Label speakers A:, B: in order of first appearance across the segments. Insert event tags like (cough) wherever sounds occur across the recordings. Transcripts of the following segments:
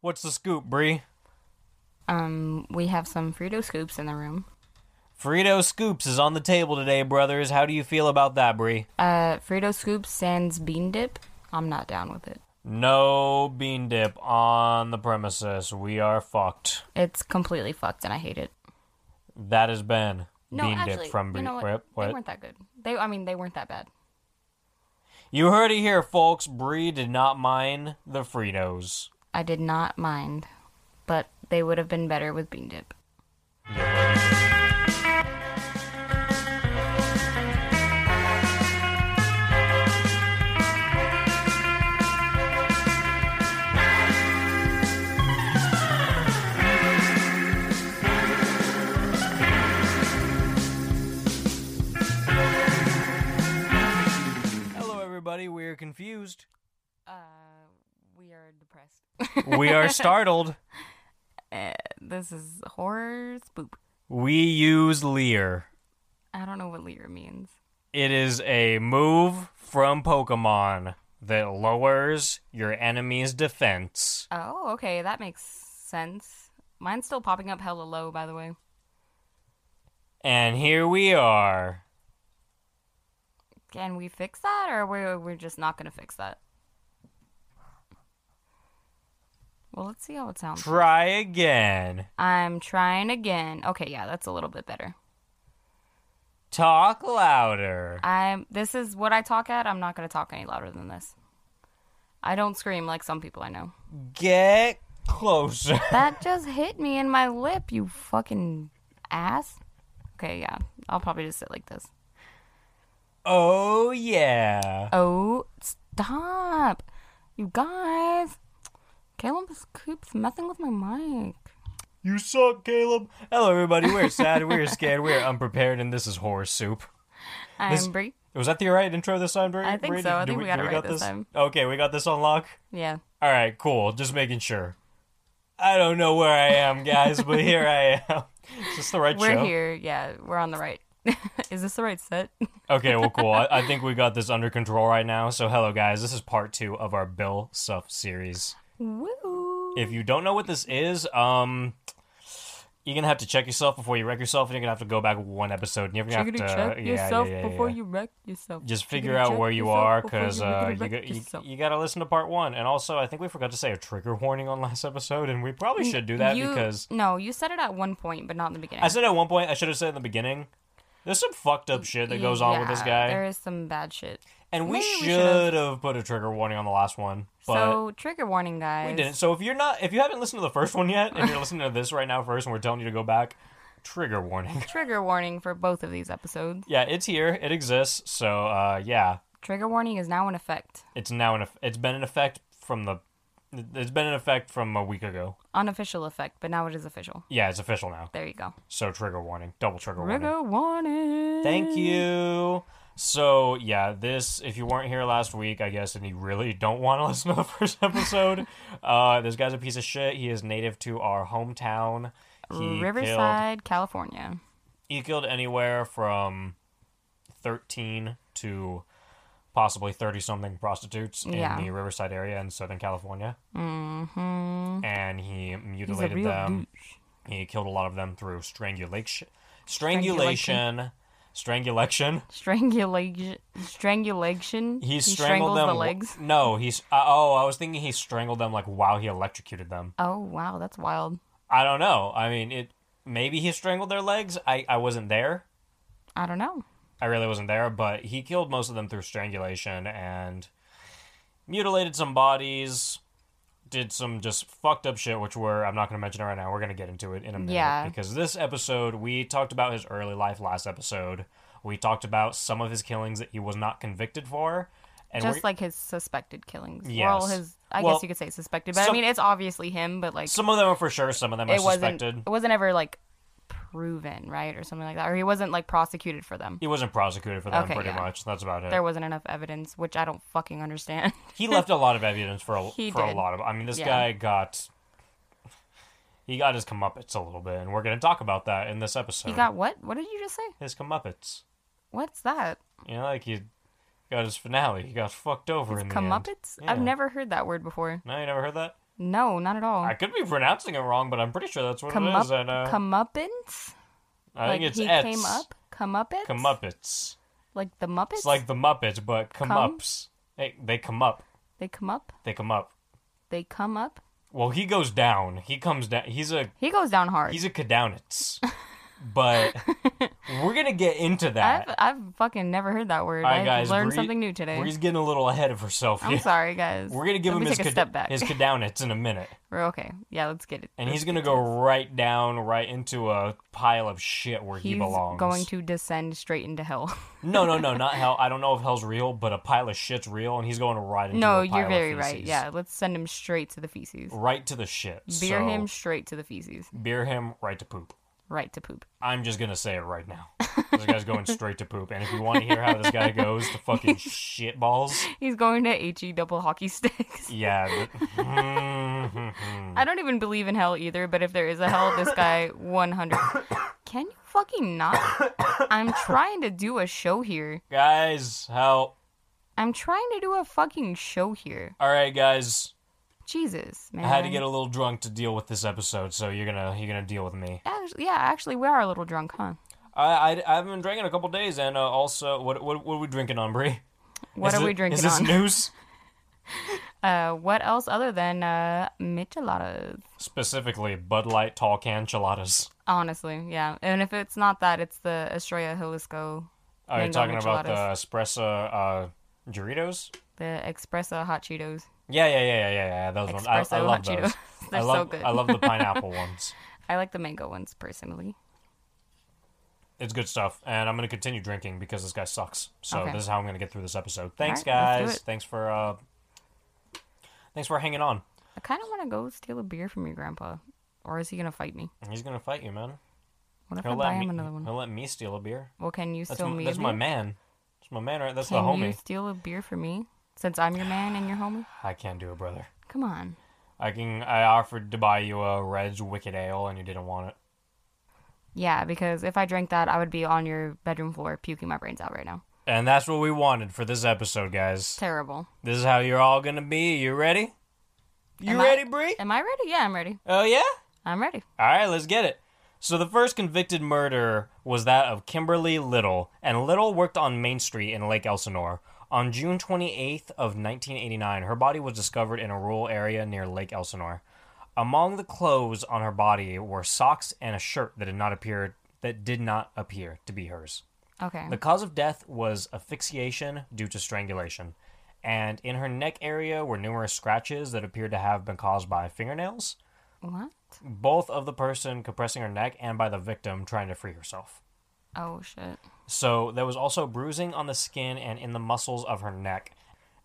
A: What's the scoop, Bree?
B: Um, we have some Frito scoops in the room.
A: Frito Scoops is on the table today, brothers. How do you feel about that, Bree?
B: Uh, Frito scoops sans bean dip. I'm not down with it.
A: No bean dip on the premises. We are fucked.
B: It's completely fucked, and I hate it.
A: That has been
B: No,
A: bean
B: actually,
A: dip from
B: you
A: Bree.
B: know what?
A: What?
B: They
A: What?
B: weren't that good. They, I mean, they weren't that bad.
A: You heard it here, folks. Bree did not mind the Fritos.
B: I did not mind, but they would have been better with bean dip.
A: Hello, everybody. We are confused.
B: Uh, we are depressed. (laughs)
A: (laughs) We are startled.
B: Eh, This is horror spook.
A: We use Leer.
B: I don't know what Lear means.
A: It is a move from Pokemon that lowers your enemy's defense.
B: Oh, okay, that makes sense. Mine's still popping up hella low, by the way.
A: And here we are.
B: Can we fix that, or we're we're just not gonna fix that? Well, let's see how it sounds.
A: Try again.
B: I'm trying again. Okay, yeah, that's a little bit better.
A: Talk louder.
B: I'm. This is what I talk at. I'm not gonna talk any louder than this. I don't scream like some people I know.
A: Get closer. (laughs)
B: That just hit me in my lip, you fucking ass. Okay, yeah. I'll probably just sit like this.
A: Oh, yeah.
B: Oh, stop. You guys. Caleb keeps messing with my mic.
A: You suck, Caleb. Hello, everybody. We're sad. We're scared. We're unprepared. And this is horror soup.
B: I'm
A: This-
B: Brie.
A: Was that the right intro this time, Bri-
B: I think
A: Brady?
B: so. I
A: Do
B: think we got
A: do
B: it right this time.
A: Okay, we got this on lock.
B: Yeah.
A: All right, cool. Just making sure. I don't know where I am, guys, but here I am. (laughs) Is this the right
B: We're
A: show?
B: here. Yeah, we're on the right. (laughs) Is this the right set?
A: Okay, well, cool. I, I think we got this under control right now. So, hello, guys. This is part two of our Bill Suff series.
B: Woo.
A: If you don't know what this is, um, you're gonna have to check yourself before you wreck yourself, and you're gonna have to go back one episode. And you're gonna have
B: Chickadee
A: to
B: check
A: yeah,
B: yourself
A: yeah, yeah,
B: before
A: yeah.
B: you wreck yourself.
A: just
B: Chickadee
A: figure out
B: check
A: where you
B: yourself
A: are
B: before
A: because
B: you
A: uh,
B: rickety
A: you,
B: wreck
A: go- you,
B: yourself.
A: you got to listen to part one and also i think we forgot to say a trigger warning on last episode and we probably should do that
B: You-
A: because
B: no, you said it at one point, but not in the beginning.
A: i said at one point i should have said in the beginning there's some fucked up shit that goes on with this
B: Yeah,
A: guy
B: There is some bad shit.
A: and we
B: maybe we
A: should
B: should've-
A: have put a trigger warning on the last one but
B: so trigger warning, guys.
A: we didn't so if you're not if you haven't listened to the first one yet and you're listening to this right now first and we're telling you to go back trigger warning (laughs)
B: Trigger warning for both of these episodes.
A: yeah it's here it exists so uh yeah
B: Trigger warning is now in effect,
A: it's now in eff- it's been in effect from the it's been in effect from a week ago
B: unofficial effect, but now it is official.
A: Yeah, it's official now.
B: There you go.
A: So trigger warning, double trigger warning.
B: Trigger warning.
A: Thank you. So yeah, this if you weren't here last week, I guess, and you really don't want to (laughs) listen to the first episode, uh, this guy's a piece of shit. He is native to our hometown. He Killed,
B: Riverside, California.
A: he killed anywhere from thirteen to possibly thirty something prostitutes
B: Yeah.
A: in the Riverside area in Southern California,
B: Mm-hmm.
A: and he
B: He's a
A: mutilated
B: real
A: them.
B: douche.
A: He killed a lot of them through strangulation, strangulation, strangulation.
B: Strangulation. Strangulation.
A: He,
B: strangles
A: strangled them.
B: the
A: w-
B: legs.
A: No, he's. Uh, oh, I was thinking he strangled them like while he electrocuted them.
B: Oh wow, that's wild.
A: I don't know. I mean, it. Maybe he strangled their legs. I. I wasn't there.
B: I don't know.
A: I really wasn't there. But he killed most of them through strangulation and mutilated some bodies. Did some just fucked up shit, which we're I'm not going to mention it right now. We're going to get into it in a minute
B: Yeah.
A: because this episode we talked about his early life. Last episode we talked about some of his killings that he was not convicted for, and
B: Just
A: we're-
B: like his suspected killings. Well,
A: Yes.
B: his. I
A: Well,
B: guess you could say suspected, but
A: some-
B: I mean it's obviously him. But like,
A: some of them are for sure, some of them are
B: it wasn't.
A: suspected.
B: It wasn't ever like proven, right, or something like that, or he wasn't like prosecuted for them.
A: He wasn't prosecuted for them
B: Okay,
A: pretty
B: yeah.
A: much. That's about it.
B: There wasn't enough evidence, which I don't fucking understand. (laughs)
A: he left a lot of evidence for a,
B: He
A: for a
B: did.
A: lot of. I mean, this
B: Yeah.
A: guy got he got his comeuppance a little bit, and we're going to talk about that in this episode.
B: He got what? What did you just say?
A: his comeuppance.
B: What's that?
A: You know, like he got his finale. He got fucked over in the end.
B: Comeuppets?
A: Yeah.
B: I've never heard that word before.
A: No, you never heard that.
B: No, not at all.
A: I could be pronouncing it wrong, but I'm pretty sure that's what
B: Come
A: it
B: up,
A: is. And uh,
B: comeuppance.
A: I think
B: like
A: it's
B: he
A: Etz.
B: came up. Comeuppance.
A: Comeuppets.
B: Like the Muppets.
A: It's like the Muppets, but come,
B: Come?
A: ups. They, they come up.
B: they come up.
A: They come up.
B: They come up.
A: Well, he goes down. He comes down. He's a
B: He goes down hard.
A: he's a Kadownitz. but
B: (laughs)
A: we're gonna get into that.
B: I've I've fucking never heard that word.
A: All right,
B: I
A: guys,
B: learned
A: Bree-
B: something new today.
A: Bree's getting a little ahead of herself
B: I'm
A: here.
B: sorry, guys.
A: We're gonna give
B: Let
A: him
B: me
A: his
B: take a
A: Kad-
B: step back. (laughs)
A: his Kadownitz in a minute,
B: We're okay. Yeah, let's get it.
A: and he's gonna go right down, right into a pile of shit where he
B: He's
A: belongs.
B: going to descend straight into (laughs) hell.
A: No, no, no, not hell. I don't know if hell's real, but a pile of shit's real, and he's going right into
B: no,
A: a pile
B: you're
A: of
B: very right.
A: feces.
B: Yeah, let's send him straight to the feces.
A: right to the shit.
B: Beer
A: so,
B: him straight to the feces.
A: beer him, right to poop.
B: Right to poop.
A: I'm just gonna say it right now. This guy's going straight to poop, and if you want to hear how this guy goes to
B: (laughs)
A: fucking shit balls,
B: He's going to HE double hockey sticks.
A: yeah. th- (laughs)
B: I don't even believe in hell either, but if there is a hell, this guy 100. (coughs) Can you fucking not? I'm trying to do a show here.
A: guys, help!
B: I'm trying to do a fucking show here.
A: All right, guys.
B: Jesus, man.
A: I had to get a little drunk to deal with this episode, so you're gonna you're gonna deal with me.
B: Actually, yeah, actually, we are a little drunk, huh?
A: I I, I haven't been drinking a couple days, and uh, also what, what what are we drinking on, Brie?
B: What
A: Is
B: are
A: it-
B: we drinking
A: Is this
B: on?
A: news?
B: Uh, what else other than uh, micheladas?
A: Specifically, Bud Light tall can enchiladas.
B: Honestly, yeah. And if it's not that, it's the Estrella Jalisco,
A: Are you
B: Mango
A: talking about the
B: enchiladas.
A: espresso uh, Doritos?
B: the Espresso Hot Cheetos.
A: Yeah, yeah, yeah, yeah, yeah, yeah. Those ones. I, I
B: Espresso
A: love
B: hot
A: those.
B: (laughs) Cheetos. They're
A: I love,
B: so good.
A: I
B: (laughs)
A: love the pineapple ones.
B: I like the mango ones personally.
A: It's good stuff, and I'm gonna continue drinking because this guy sucks. So
B: Okay.
A: this is how I'm gonna get through this episode. Thanks,
B: right, let's do
A: guys.
B: it.
A: Thanks for uh, thanks for hanging on.
B: I kind of want to go steal a beer from your grandpa, or is he gonna fight me?
A: He's gonna fight you, man.
B: What if
A: He'll
B: I buy
A: let
B: him
A: me.
B: another one?
A: He'll let me steal a beer.
B: Well, can you
A: That's
B: steal
A: my,
B: me?
A: that's
B: a
A: my
B: beer?
A: man. That's my man, right? That's
B: Can
A: the homie.
B: you steal a beer for me? Since I'm your man and your homie.
A: I can't do it, brother.
B: Come on.
A: I can. I offered to buy you a Red's Wicked Ale, and you didn't want it.
B: Yeah, because if I drank that, I would be on your bedroom floor puking my brains out right now.
A: And that's what we wanted for this episode, guys.
B: Terrible.
A: This is how you're all gonna be. You ready? You
B: Am I-
A: ready, Bree?
B: Am I ready? Yeah, I'm ready.
A: Oh yeah.
B: I'm ready.
A: All right, let's get it. So the first convicted murder was that of Kimberly Little, and Little worked on Main Street in Lake Elsinore. On June 28th of 1989, her body was discovered in a rural area near Lake Elsinore. Among the clothes on her body were socks and a shirt that did not appear that did not appear to be hers.
B: Okay.
A: The cause of death was asphyxiation due to strangulation, and in her neck area were numerous scratches that appeared to have been caused by fingernails
B: What?
A: both of the person compressing her neck and by the victim trying to free herself.
B: Oh shit.
A: So there was also bruising on the skin and in the muscles of her neck,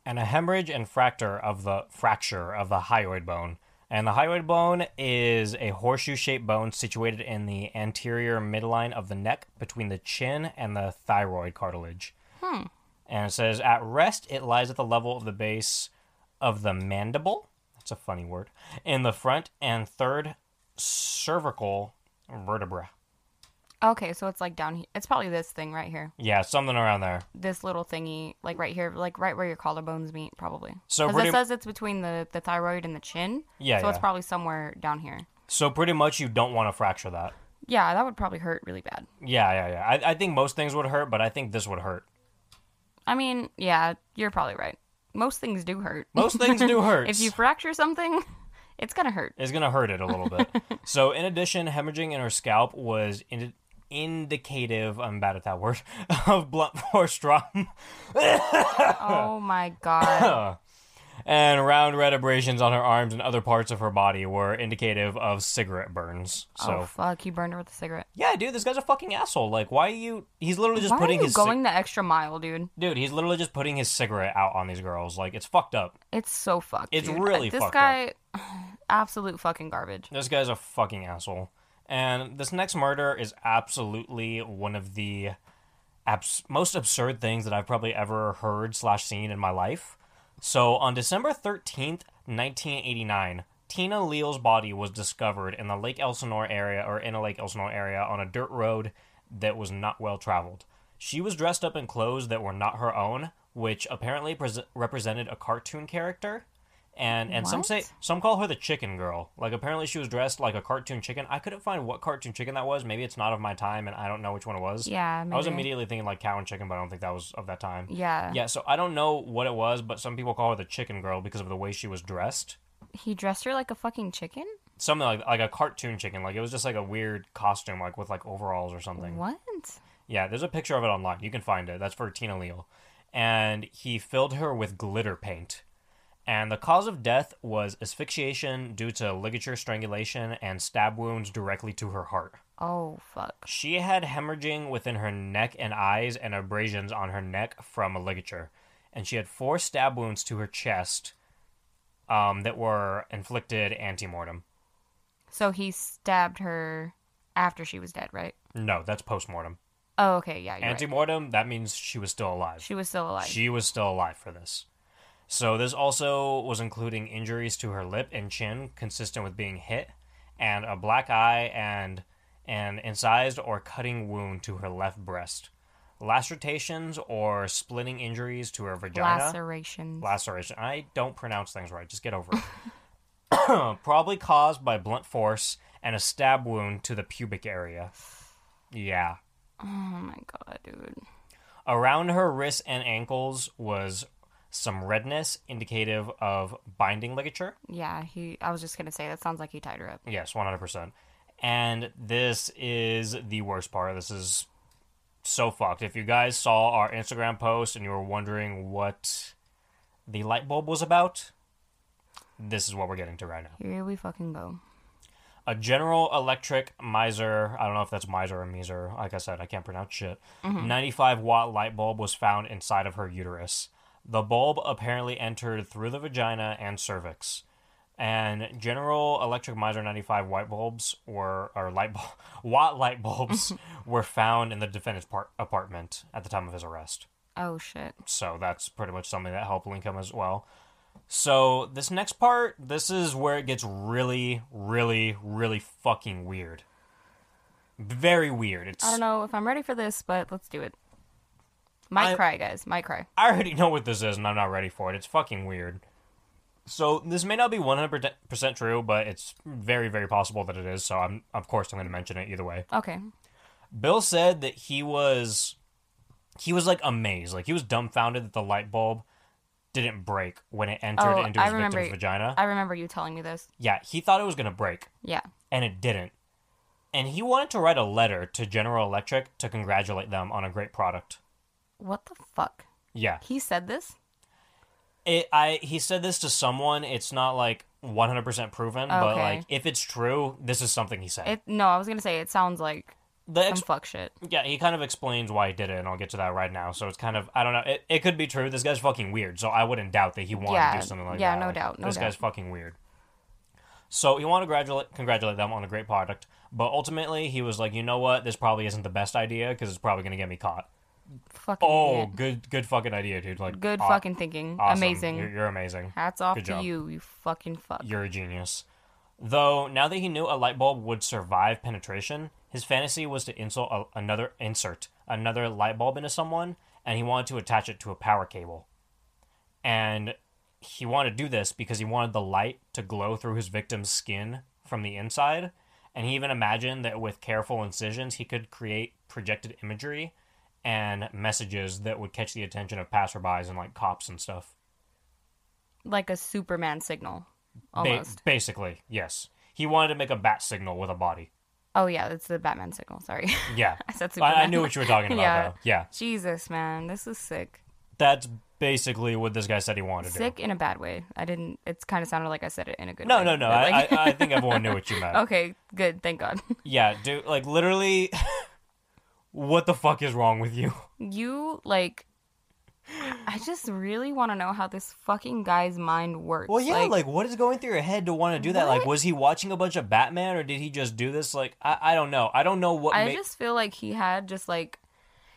A: and a hemorrhage and fracture of the fracture of the hyoid bone. And the hyoid bone is a horseshoe-shaped bone situated in the anterior midline of the neck between the chin and the thyroid cartilage. And it says at rest it lies at the level of the base of the mandible. That's a funny word. In the front and third cervical vertebra.
B: Okay, so it's like down here. It's probably this thing right here.
A: Yeah, something around there.
B: This little thingy, like right here, like right where your collarbones meet, probably.
A: So
B: Because
A: pretty-
B: it says it's between the, the thyroid and the chin.
A: Yeah,
B: So it's
A: yeah.
B: probably somewhere down here.
A: So pretty much you don't want to fracture that.
B: Yeah, that would probably hurt really bad.
A: Yeah, yeah, yeah. I, I think most things would hurt, but I think this would hurt.
B: I mean, yeah, you're probably right. Most things do hurt.
A: Most things do hurt.
B: (laughs) if you fracture something, (laughs) it's gonna hurt.
A: (laughs) It's going to hurt it a little
B: (laughs)
A: bit. so, in addition, hemorrhaging in her scalp was indi- indicative, I'm bad at that word, (laughs) of blunt force trauma
B: oh my god.
A: and round red abrasions on her arms and other parts of her body were indicative of cigarette burns. So,
B: Oh fuck, you burned her with a cigarette.
A: yeah, dude, this guy's a fucking asshole. Like, why are you. He's literally just
B: Why are
A: putting
B: you
A: his. cig-
B: going the extra mile, dude?
A: dude, he's literally just putting his cigarette out on these girls. Like, it's fucked up.
B: It's so fucked.
A: It's
B: dude.
A: really
B: this
A: fucked
B: guy, (sighs) absolute fucking garbage.
A: This guy's a fucking asshole. And this next murder is absolutely one of the abs- most absurd things that I've probably ever heard slash seen in my life. So on December 13th, 1989, Tina Leal's body was discovered in the Lake Elsinore area or in a Lake Elsinore area on a dirt road that was not well traveled. She was dressed up in clothes that were not her own, which apparently pres represented a cartoon character and and some say
B: What?
A: some call her the chicken girl. Like apparently she was dressed like a cartoon chicken. I couldn't find what cartoon chicken that was. Maybe it's not of my time, and I don't know which one it was.
B: Yeah, maybe.
A: I was immediately thinking like cow and chicken, but I don't think that was of that time.
B: Yeah.
A: Yeah, so I don't know what it was, but some people call her the chicken girl because of the way she was dressed.
B: He dressed her like a fucking chicken?
A: Something like like a cartoon chicken, like it was just like a weird costume, like with like overalls or something.
B: What?
A: Yeah, there's a picture of it online. You can find it. That's for Tina Leal. And he filled her with glitter paint. And the cause of death was asphyxiation due to ligature strangulation and stab wounds directly to her heart.
B: Oh, fuck.
A: She had hemorrhaging within her neck and eyes and abrasions on her neck from a ligature. And she had four stab wounds to her chest um, that were inflicted antemortem.
B: So he stabbed her after she was dead, right?
A: No, that's postmortem.
B: Oh, okay. Yeah, you're right.
A: Antemortem, that means she was still alive.
B: She was still alive.
A: She was still alive for this. So this also was including injuries to her lip and chin, consistent with being hit, and a black eye and an incised or cutting wound to her left breast, lacerations or splitting injuries to her vagina.
B: Lacerations.
A: Laceration. I don't pronounce things right. Just get over it. (coughs) Probably caused by blunt force and a stab wound to the pubic area. Yeah.
B: oh my god, dude.
A: Around her wrists and ankles was some redness, indicative of binding ligature.
B: Yeah, he. I was just gonna say that sounds like he tied her up.
A: Yes, 100%. And this is the worst part. This is so fucked. If you guys saw our Instagram post and you were wondering what the light bulb was about, this is what we're getting to right now.
B: Here we fucking go.
A: a General Electric miser. I don't know if that's miser or miser. Like I said, I can't pronounce shit. 95 watt light bulb was found inside of her uterus. The bulb apparently entered through the vagina and cervix. And General Electric miser 95 white bulbs were or light bulb, (laughs) watt light bulbs were found in the defendant's par- apartment at the time of his arrest.
B: Oh shit.
A: So that's pretty much something that helped Lincoln as well. So this next part, this is where it gets really, really, really fucking weird. Very weird. It's
B: I don't know if I'm ready for this, but let's do it. Might
A: I-
B: cry, guys. Might cry.
A: I already know what this is, and I'm not ready for it. It's fucking weird. So this may not be 100% true, but it's very, very possible that it is. So I'm, of course, I'm going to mention it either way.
B: Okay.
A: Bill said that he was he was like amazed, like he was dumbfounded that the light bulb didn't break when it entered
B: Oh,
A: into
B: I
A: his
B: remember-
A: victim's vagina.
B: I remember you telling me this.
A: Yeah, he thought it was going to break,
B: Yeah.
A: and it didn't. And he wanted to write a letter to General Electric to congratulate them on a great product.
B: What the fuck?
A: Yeah.
B: He said this?
A: It, I he said this to someone. It's not like 100% proven, but
B: Okay.
A: like if it's true, this is something he said.
B: It no, I was gonna say it sounds like
A: the
B: some
A: ex-
B: fuck shit.
A: yeah, he kind of explains why he did it and I'll get to that right now. So it's kind of I don't know. It, it could be true. This guy's fucking weird. So I wouldn't doubt that he wanted
B: Yeah,
A: to do something like
B: yeah,
A: that.
B: no
A: Like,
B: doubt, no
A: this
B: doubt.
A: guy's fucking weird. So he wanted to congratulate, congratulate them on a great product, but ultimately he was like, you know what, this probably isn't the best idea because it's probably gonna get me caught.
B: Fucking
A: Oh,
B: idiot.
A: good, good fucking idea, dude. Like,
B: good
A: aw-
B: fucking thinking.
A: awesome.
B: Amazing.
A: You're, you're amazing.
B: Hats off
A: Good
B: to
A: job.
B: you, you fucking fuck.
A: You're a genius. Though now that he knew a light bulb would survive penetration, his fantasy was to insult a, another insert another light bulb into someone, and he wanted to attach it to a power cable. And he wanted to do this because he wanted the light to glow through his victim's skin from the inside, and he even imagined that with careful incisions he could create projected imagery and messages that would catch the attention of passerbys and like cops and stuff.
B: Like a Superman signal.
A: Ba-
B: Almost.
A: basically, yes. He wanted to make a bat signal with a body.
B: Oh yeah, that's the Batman signal. Sorry, (laughs)
A: Yeah.
B: I said Superman.
A: I, I knew what you were talking about,
B: (laughs) Yeah.
A: though. Yeah.
B: Jesus, man, this is sick.
A: That's basically what this guy said he wanted to
B: Sick in a bad way. I didn't. It's kind of sounded like I said it in a good.
A: do. No,
B: way,
A: no, no.
B: but,
A: I,
B: like-
A: I, I think everyone knew what you meant.
B: (laughs) okay, good. Thank God. (laughs)
A: Yeah, dude. Like, literally, (laughs) what the fuck is wrong with you?
B: You like. I just really want to know how this fucking guy's mind works.
A: Well, yeah, like, what is going through your head to want to do that? Like,
B: What?
A: was he watching a bunch of Batman or did he just do this? Like, I, I don't know. I don't know what
B: I
A: ma-
B: just feel like he had just like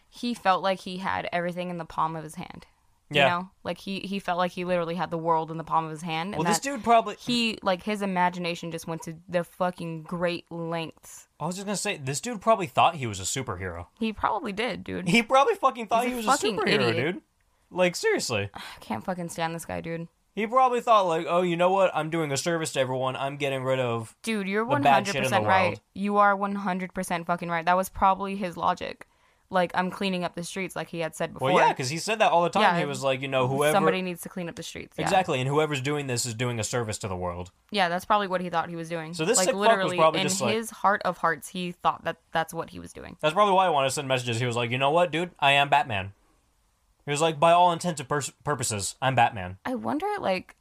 B: he felt like he had everything in the palm of his hand.
A: Yeah.
B: You know? Like he he felt like he literally had the world in the palm of his hand and
A: Well, this
B: that
A: dude probably.
B: he like his imagination just went to the fucking great lengths.
A: I was just going to say, this dude probably thought he was a superhero. (laughs)
B: He probably did, dude.
A: He probably fucking thought he
B: He's a
A: was a
B: fucking
A: superhero,
B: idiot.
A: dude. Like, seriously.
B: I can't fucking stand this guy, dude.
A: He probably thought like, oh, you know what? I'm doing a service to everyone. I'm getting rid of.
B: Dude, you're
A: The
B: one
A: bad
B: hundred
A: shit in the
B: percent right.
A: world.
B: You are one hundred percent fucking right. That was probably his logic. Like I'm cleaning up the streets, like he had said before.
A: Well, yeah, because he said that all the time.
B: Yeah,
A: he was like, you know, whoever.
B: somebody needs to clean up the streets. Yeah.
A: Exactly, and whoever's doing this is doing a service to the world.
B: Yeah, that's probably what he thought he was doing.
A: So this
B: like
A: sick fuck was
B: literally
A: probably
B: in
A: just like-
B: his heart of hearts, he thought that that's what he was doing.
A: That's probably why I wanted to send messages. He was like, you know what, dude? I am Batman. He was like, by all intents and pers- purposes, I'm Batman.
B: I wonder like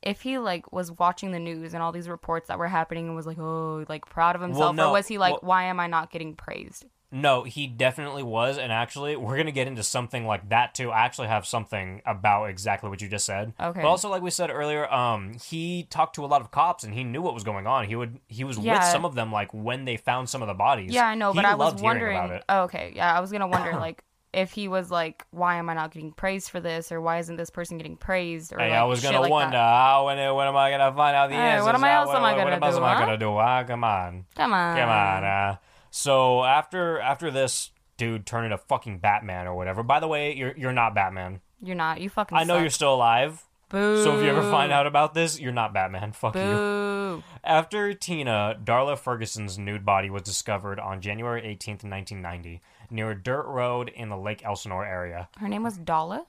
B: if he like was watching the news and all these reports that were happening and was like, "Oh, like proud of himself,"
A: no,
B: or was he like,
A: well-
B: "Why am I not getting praised?"
A: No, he definitely was, and actually, we're gonna get into something like that too. I actually have something about exactly what you just said.
B: Okay.
A: But also, like we said earlier, um, he talked to a lot of cops, and he knew what was going on. He would, he was with
B: Yeah.
A: some of them, like when they found some of the bodies.
B: Yeah, I know,
A: He
B: but I was
A: loved hearing
B: wondering.
A: about it.
B: Oh, okay, yeah, I was
A: (coughs)
B: gonna wonder like if he was like, "Why am I not getting praised for this?" or "Why isn't this person getting praised?" or
A: Hey,
B: like,
A: I was
B: shit
A: gonna
B: like that.
A: wonder how when, when am I gonna find out the
B: Hey,
A: answers?
B: what am I
A: Ah,
B: else am I
A: what
B: gonna
A: else
B: do,
A: am I
B: huh? Uh-huh.
A: gonna do? Ah, come on.
B: Come on,
A: Come on. Uh. So after after this dude turned into fucking Batman or whatever. By the way, you're you're not Batman.
B: you're not. You fucking.
A: I know you're still alive.
B: Boo.
A: So if you ever find out about this, you're not Batman. Fuck you.
B: Boo.
A: After Tina, Darla Ferguson's nude body was discovered on January 18th, 1990, near a dirt road in the Lake Elsinore area.
B: Her name was Darla.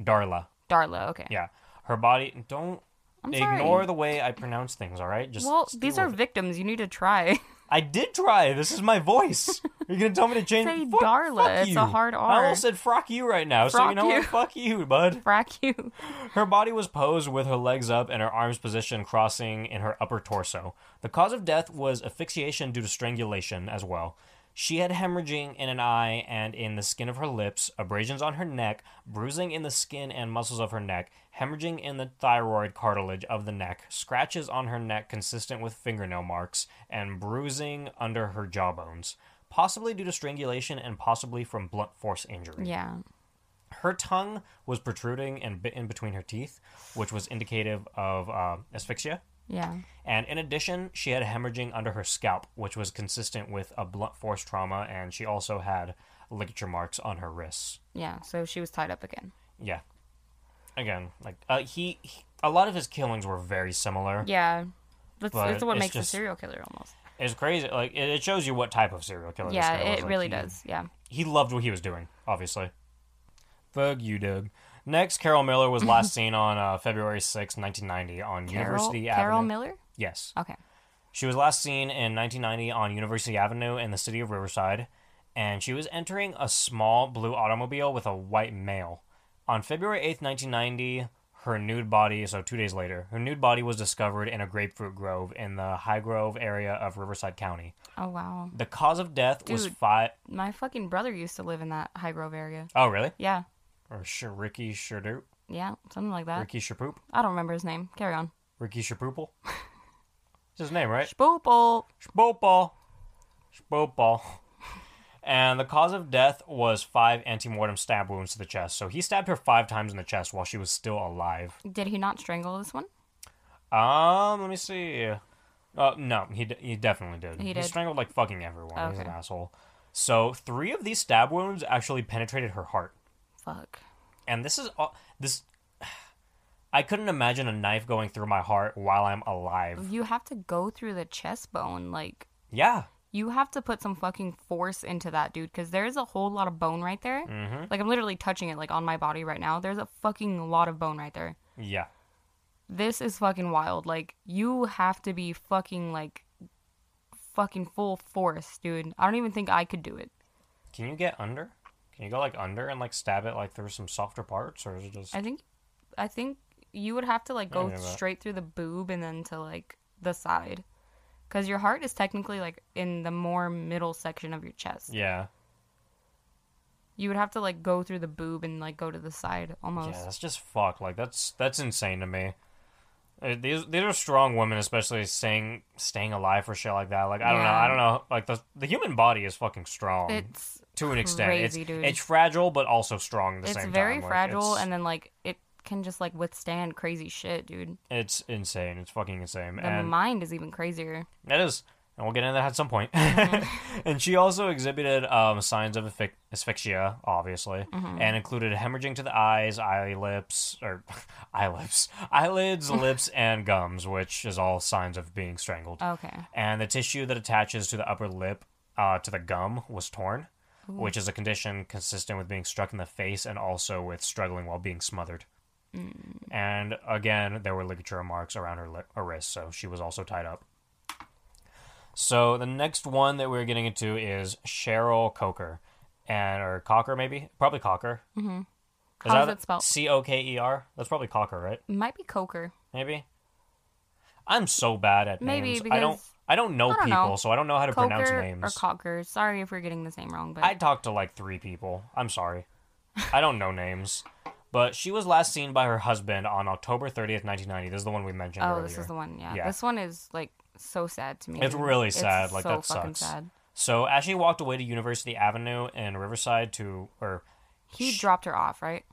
A: Darla.
B: Darla. Okay.
A: Yeah. Her body. Don't
B: I'm sorry.
A: ignore the way I pronounce things, all right? Just
B: Well,
A: just
B: these
A: deal
B: are
A: with it.
B: victims. You need to try. (laughs)
A: I did try. This is my voice. You're going to tell me to change
B: Say
A: Fuck-
B: Darla.
A: fuck
B: It's a
A: you.
B: hard
A: I
B: R.
A: almost said frock you right now. so you
B: Frock
A: know
B: you.
A: what? Fuck you, bud.
B: Frack you.
A: Her body was posed with her legs up and her arms positioned crossing in her upper torso. The cause of death was asphyxiation due to strangulation as well. She had hemorrhaging in an eye and in the skin of her lips, abrasions on her neck, bruising in the skin and muscles of her neck, hemorrhaging in the thyroid cartilage of the neck, scratches on her neck consistent with fingernail marks, and bruising under her jawbones, possibly due to strangulation and possibly from blunt force injury.
B: Yeah.
A: Her tongue was protruding and bit in between her teeth, which was indicative of uh, asphyxia.
B: Yeah.
A: And in addition, she had hemorrhaging under her scalp, which was consistent with a blunt force trauma, and she also had ligature marks on her wrists.
B: Yeah. So she was tied up again.
A: Yeah. Again, like uh, he, he, a lot of his killings were very similar.
B: Yeah. That's,
A: But
B: that's what
A: it's
B: makes
A: just-
B: a serial killer almost.
A: It's crazy. Like it, it shows you what type of serial killer. this
B: Yeah,
A: guy was.
B: it
A: Like,
B: really
A: he-
B: does. Yeah.
A: he loved what he was doing, obviously. Fuck you, Doug. Next, Carol Miller was
B: (laughs)
A: last seen on uh, February sixth, 1990, on
B: Carol,
A: University
B: Carol
A: Avenue.
B: Miller?
A: yes.
B: Okay.
A: She was last seen in 1990 on University Avenue in the city of Riverside, and she was entering a small blue automobile with a white male. On February 8th, 1990, her nude body, so two days later, her nude body was discovered in a grapefruit grove in the High Grove area of Riverside County.
B: Oh, wow.
A: The cause of death was
B: Dude.
A: five.
B: My fucking brother used to live in that High Grove area.
A: Oh, really?
B: Yeah.
A: Or Sh- Ricky Shadoop?
B: Yeah. Something like that.
A: Ricky Shapoop?
B: I don't remember his name. Carry on.
A: Ricky Shapoople?
B: (laughs)
A: That's his name, right?
B: Spoople.
A: Shpoopal. Shpoopal. And the cause of death was five antemortem stab wounds to the chest. So he stabbed her five times in the chest while she was still alive.
B: Did he not strangle this one?
A: Um, let me see. Uh, no, he d- he definitely did.
B: He did.
A: strangled like fucking everyone. He's an
B: Okay.
A: asshole. So three of these stab wounds actually penetrated her heart.
B: Fuck.
A: and this is all this (sighs) i couldn't imagine a knife going through my heart while i'm alive
B: You have to go through the chest bone. Like,
A: yeah
B: you have to put some fucking force into that dude because there's a whole lot of bone right there like i'm literally touching it like on my body right now there's a fucking lot of bone right there
A: yeah
B: this is fucking wild like you have to be fucking like fucking full force dude i don't even think i could do it
A: can you get under can you go like under and like stab it like through some softer parts or is it just
B: i think i think you would have to like
A: I
B: go
A: knew that.
B: straight through the boob and then to like the side because your heart is technically like in the more middle section of your chest
A: yeah
B: you would have to like go through the boob and like go to the side almost
A: yeah that's just fucked like that's that's insane to me Uh, these these are strong women especially staying staying alive for shit like that like i don't know
B: Yeah.
A: i don't know like the the human body is fucking strong
B: It's
A: to an extent
B: crazy,
A: it's
B: dude.
A: it's fragile but also strong at the
B: it's
A: same
B: very
A: time Like,
B: fragile
A: it's-
B: and then like it can just like withstand crazy shit, dude.
A: it's insane it's fucking insane
B: The
A: and
B: mind is even crazier.
A: That is. and we'll get into that at some point. (laughs) and she also exhibited um, signs of asphy- asphyxia, obviously, and included hemorrhaging to the eyes, eyelids, or (laughs) eyelids, eyelids, lips, and gums, which is all signs of being strangled.
B: Okay.
A: And the tissue that attaches to the upper lip uh, to the gum was torn, which is a condition consistent with being struck in the face and also with struggling while being smothered.
B: Mm.
A: And again, there were ligature marks around her, lip, her wrist, so she was also tied up. So the next one that we're getting into is Cheryl Coker, and or Cocker maybe, probably Cocker. Mm-hmm.
B: How's it spelled?
A: C O K E R. That's probably Cocker, right?
B: Might be Coker.
A: Maybe. I'm so bad at
B: Maybe,
A: names. I don't.
B: because-
A: I don't know
B: I don't
A: people,
B: know.
A: so I don't know how to pronounce
B: Coker
A: names.
B: or Cocker. Sorry if we're getting the name wrong, but
A: I talked to like three people. I'm sorry. I don't know names. But she was last seen by her husband on October 30th, 1990. This is the one we mentioned
B: oh,
A: earlier.
B: this is the one. Yeah.
A: Yeah.
B: this one is like so sad to me.
A: It's really sad, like,
B: so
A: that
B: fucking
A: sucks.
B: Sad.
A: So as she walked away to University Avenue in Riverside to, or
B: He dropped her off, right?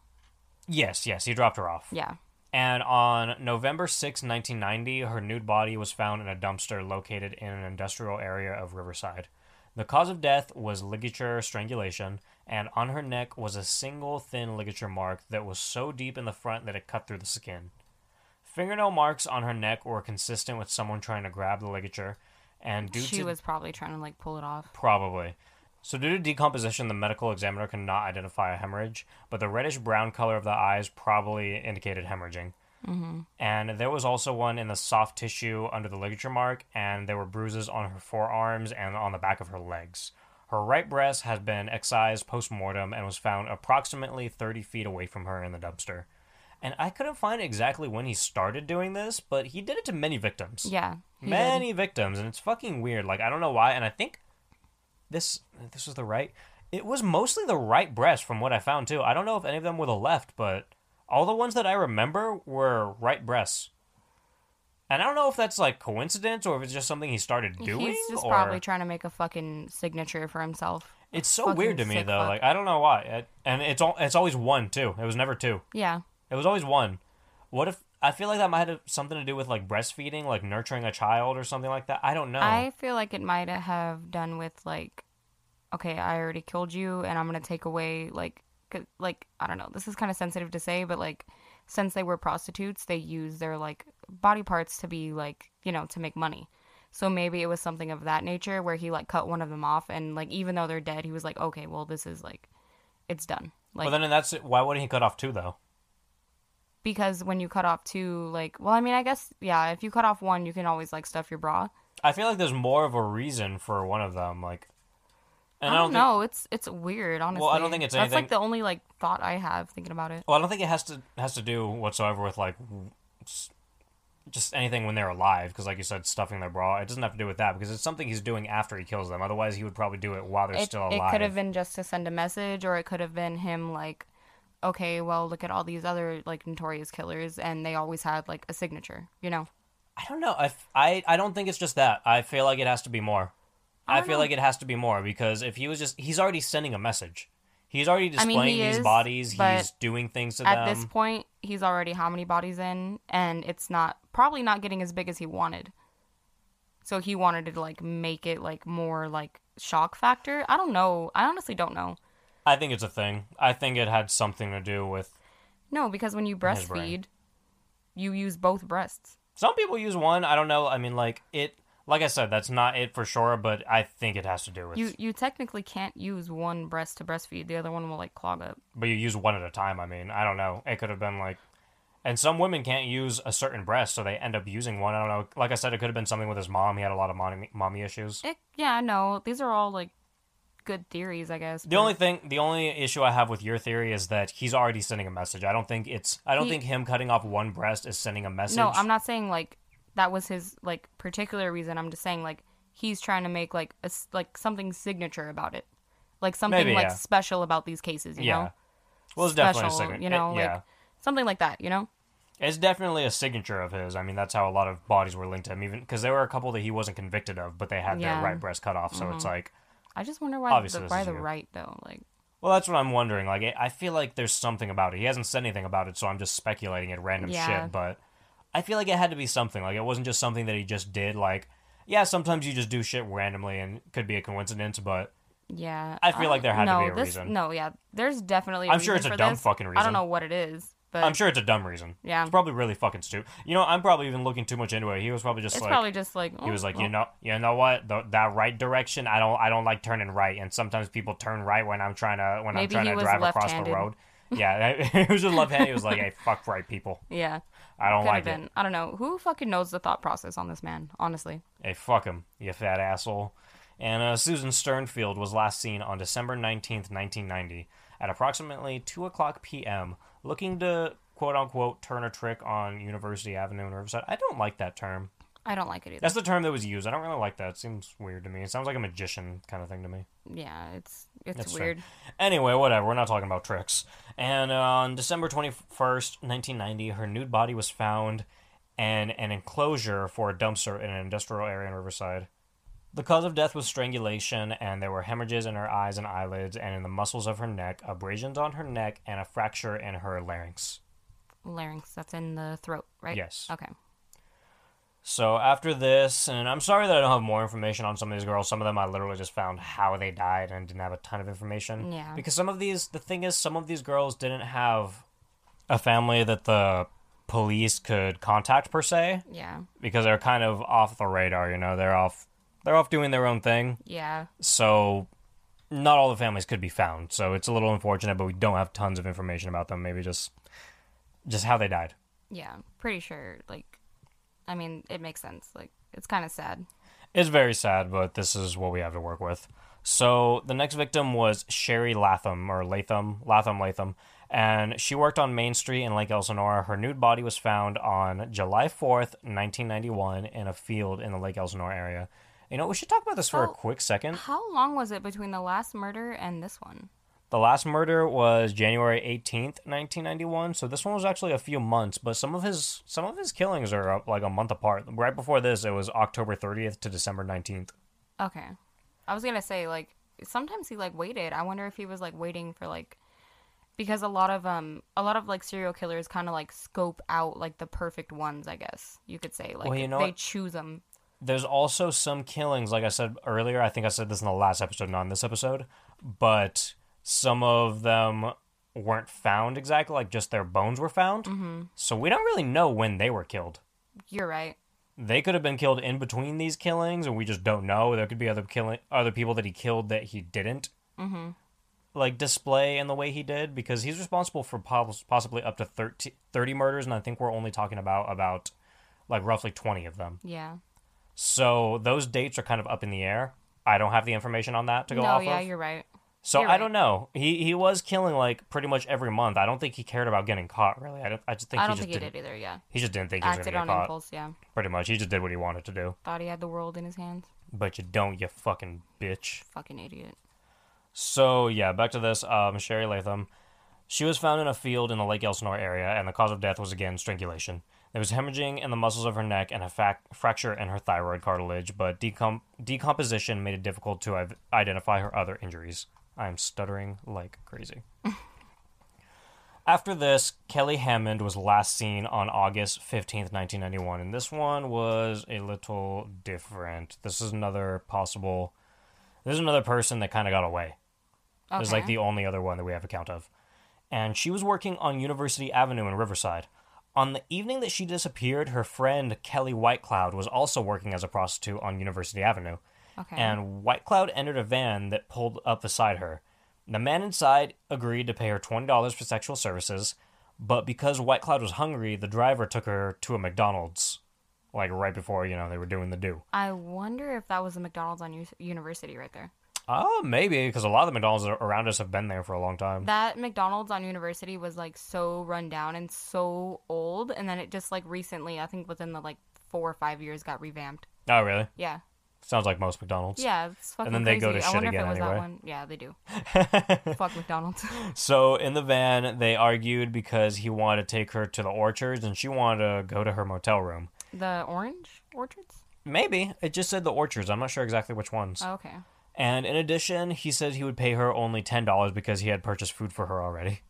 A: yes, yes, he dropped her off.
B: Yeah.
A: And on November 6, 1990, her nude body was found in a dumpster located in an industrial area of Riverside. The cause of death was ligature strangulation, and on her neck was a single thin ligature mark that was so deep in the front that it cut through the skin. Fingernail marks on her neck were consistent with someone trying to grab the ligature, and due
B: she
A: to
B: was probably trying to like pull it off.
A: Probably. So, due to decomposition, the medical examiner could not identify a hemorrhage, but the reddish brown color of the eyes probably indicated hemorrhaging. Mm-hmm. And there was also one in the soft tissue under the ligature mark, and there were bruises on her forearms and on the back of her legs. Her right breast has been excised post mortem and was found approximately 30 feet away from her in the dumpster. And I couldn't find exactly when he started doing this, but he did it to many victims
B: Yeah. he did.
A: many victims, and it's fucking weird. Like I don't know why, and I think this this was the right. It was mostly the right breast, from what I found too. I don't know if any of them were the left, but all the ones that I remember were right breasts. And I don't know if that's like coincidence or if it's just something he started doing.
B: He's just
A: or
B: probably trying to make a fucking signature for himself.
A: it's so
B: fucking
A: weird to me
B: sick
A: though.
B: fuck.
A: Like I don't know why. It- and it's all it's always one too. It was never two.
B: Yeah.
A: It was always one. What if I feel like that might have something to do with like breastfeeding, like nurturing a child or something like that. I don't know.
B: I feel like it might have done with like, okay, I already killed you, and I'm gonna take away like, 'cause- like I don't know. This is kind of sensitive to say, but like, since they were prostitutes, they used their like body parts to be like, you know, to make money. So maybe it was something of that nature where he like cut one of them off, and like even though they're dead, he was like, okay, well this is like, it's done. Like
A: Well, then that's why wouldn't he cut off two though?
B: because when you cut off two, like, well, I mean, I guess yeah, if you cut off one, you can always like stuff your bra.
A: I feel like there's more of a reason for one of them, like. And
B: I don't,
A: think,
B: know. It's it's weird, honestly.
A: I don't think it's
B: That's
A: anything-
B: like the only like thought I have thinking about it.
A: Well, I don't think it has to has to do whatsoever with like, w- s- just anything when they're alive, because like you said, stuffing their bra. It doesn't have to do with that because it's something he's doing after he kills them. Otherwise, he would probably do it while they're
B: It,
A: still
B: it
A: alive.
B: could have been just to send a message, or it could have been him like, okay, well, look at all these other like notorious killers, and they always had like a signature, you know?
A: I don't know. I, f- I, I don't think it's just that. I feel like it has to be more. I, feel like it has to be more because if he was just, he's already sending a message. He's already
B: mean, he
A: displaying these
B: is,
A: bodies.
B: but
A: He's doing things to
B: At
A: them.
B: this point, he's already how many bodies in, and it's not probably not getting as big as he wanted. So he wanted to like make it like more like shock factor. I don't know. I honestly don't know.
A: I think it's a thing. I think it had something to do with
B: No, because when you
A: brain.
B: breastfeed, you use both breasts.
A: Some people use one. I don't know. I mean, like it. Like I said, that's not it for sure, but I think it has to do with.
B: You you technically can't use one breast to breastfeed. The other one will like clog up.
A: but you use one at a time. I mean, I don't know. It could have been like, and some women can't use a certain breast, so they end up using one. I don't know. Like I said, it could have been something with his mom. He had a lot of mommy, mommy issues.
B: It, yeah, no, these are all like good theories, I guess.
A: The only thing, the only issue I have with your theory is that he's already sending a message. I don't think it's. I don't
B: He-
A: think him cutting off one breast is sending a message.
B: no, I'm not saying like that was his like particular reason. I'm just saying like he's trying to make like a s- like something signature about it, like something
A: Maybe,
B: like
A: yeah.
B: special about these cases. You
A: Yeah.
B: know,
A: Well, it's
B: special.
A: definitely a signature.
B: You know, like
A: yeah.
B: something like that. You know,
A: It's definitely a signature of his. I mean, that's how a lot of bodies were linked to him, even because there were a couple that he wasn't convicted of, but they had
B: Yeah. Mm-hmm.
A: their right breast cut off. So it's like,
B: I just wonder why
A: Obviously,
B: the,
A: this
B: why
A: is
B: the
A: you.
B: right though. Like
A: well, that's what I'm wondering. Like, I- I feel like there's something about it. He hasn't said anything about it, so I'm just speculating at random
B: Yeah.
A: shit. But I feel like it had to be something. Like, it wasn't just something that he just did. Like, yeah, sometimes you just do shit randomly and could be a coincidence, but
B: Yeah.
A: I feel like there had to
B: no,
A: be a
B: this,
A: reason.
B: No, yeah. There's definitely i
A: I'm sure it's a dumb fucking
B: I
A: reason.
B: don't know what it is, but
A: I'm sure it's a dumb reason.
B: yeah.
A: It's probably really fucking stupid. You know, I'm probably even looking too much into it. He was probably just
B: It's
A: like
B: probably just like oh,
A: he was like,
B: you know.
A: you know, you know what, the, that right direction. I don't, I don't like turning right, and sometimes people turn right when I'm trying to when
B: Maybe
A: I'm
B: he
A: trying to
B: was
A: drive across the
B: left-handed. (laughs)
A: road. Yeah, (laughs) it was just left handed. He was like, hey, fuck right people.
B: Yeah.
A: I don't
B: Could
A: like
B: have been.
A: it.
B: I don't know. Who fucking knows the thought process on this man, honestly?
A: Hey, fuck him, you fat asshole. And uh, Susan Sternfield was last seen on December nineteenth, nineteen ninety, at approximately two o'clock p.m. looking to quote unquote turn a trick on University Avenue in Riverside. I don't like that term.
B: I don't like it either.
A: That's the term that was used. I don't really like that. It seems weird to me. It sounds like a magician kind of thing to me.
B: yeah, it's it's
A: That's fair.
B: weird.
A: Anyway, whatever. We're not talking about tricks. And uh, on December 21st, 1990, her nude body was found in an enclosure for a dumpster in an industrial area in Riverside. The cause of death was strangulation, and there were hemorrhages in her eyes and eyelids, and in the muscles of her neck, abrasions on her neck, and a fracture in her larynx.
B: Larynx, that's in the throat, right?
A: Yes.
B: Okay.
A: So after this, and I'm sorry that I don't have more information on some of these girls. Some of them I literally just found how they died and didn't have a ton of information.
B: Yeah.
A: Because some of these, the thing is, some of these girls didn't have a family that the police could contact per se
B: Yeah.
A: because they're kind of off the radar. You know, they're off, they're off doing their own thing.
B: Yeah.
A: So not all the families could be found. So it's a little unfortunate, but we don't have tons of information about them. Maybe just, just how they died.
B: Yeah. Pretty sure like I mean, it makes sense. Like it's kind of sad.
A: It's very sad, but this is what we have to work with. So the next victim was Sherry Latham or Latham, Latham Latham, and she worked on Main Street in Lake Elsinore. Her nude body was found on July fourth, nineteen ninety one, in a field in the Lake Elsinore area. You know, we should talk about this for a
B: How-
A: quick second.
B: How long was it between the last murder and this one?
A: The last murder was January eighteenth, nineteen ninety one. So this one was actually a few months, but some of his some of his killings are uh, like a month apart. Right before this, it was October thirtieth to December nineteenth.
B: Okay. I was going to say like sometimes he like waited. I wonder if he was like waiting for like because a lot of um a lot of like serial killers kind of like scope out like the perfect ones, I guess. You could say like
A: Well, you know
B: they
A: what?
B: choose them.
A: there's also some killings like i said earlier i think i said this in the last episode not in this episode but some of them weren't found exactly like just their bones were found so we don't really know when they were killed
B: You're right.
A: they could have been killed in between these killings and we just don't know there could be other killing other people that he killed that he didn't like display in the way he did because he's responsible for pos- possibly up to 30, 30 murders and i think we're only talking about about like roughly 20 of them
B: Yeah.
A: so those dates are kind of up in the air. I don't have the information on that to go
B: No,
A: off
B: yeah,
A: of.
B: you're right.
A: so
B: you're
A: I
B: right.
A: don't know. He he was killing like pretty much every month. I don't think he cared about getting caught really. I don't. I just think
B: I
A: he
B: don't
A: just
B: think he
A: didn't.
B: did either, yeah.
A: He just didn't think he was
B: Acted
A: gonna
B: on
A: get caught.
B: impulse, yeah.
A: Pretty much, he just did what he wanted to do.
B: Thought he had the world in his hands.
A: But you don't, you fucking bitch.
B: Fucking idiot.
A: So yeah, back to this. Um, Sherry Latham, she was found in a field in the Lake Elsinore area, and the cause of death was again strangulation. There was hemorrhaging in the muscles of her neck and a fac- fracture in her thyroid cartilage, but decom- decomposition made it difficult to i- identify her other injuries. I'm stuttering like crazy. (laughs) After this, Kelly Hammond was last seen on August 15th, 1991, and this one was a little different. This is another possible. This is another person that kind of got away.
B: Okay.
A: Is like the only other one that we have account of. And she was working on University Avenue in Riverside. On the evening that she disappeared, her friend Kelly Whitecloud was also working as a prostitute on University Avenue.
B: okay.
A: And Whitecloud entered a van that pulled up beside her. The man inside agreed to pay her $20 for sexual services, but because Whitecloud was hungry, the driver took her to a McDonald's, like right before, you know, they were doing the do.
B: I wonder if that was a McDonald's on U- University right there.
A: Oh, maybe, because a lot of the McDonald's around us have been there for a long time.
B: That McDonald's on University was like so run down and so old, and then it just like recently, I think within the like four or five years, got revamped.
A: Oh, really?
B: Yeah,
A: Sounds like most McDonald's.
B: yeah, it's fucking
A: then they
B: crazy.
A: go to
B: I
A: shit
B: wonder if
A: again
B: it was
A: anyway.
B: that one. Yeah,
A: (laughs)
B: they do. Fuck McDonald's. (laughs)
A: So in the van, they argued because he wanted to take her to the orchards and she wanted to go to her motel room.
B: the orange orchards.
A: Maybe. It just said the orchards. I'm not sure exactly which ones.
B: Oh, okay.
A: And in addition, he said he would pay her only $10 because he had purchased food for her already.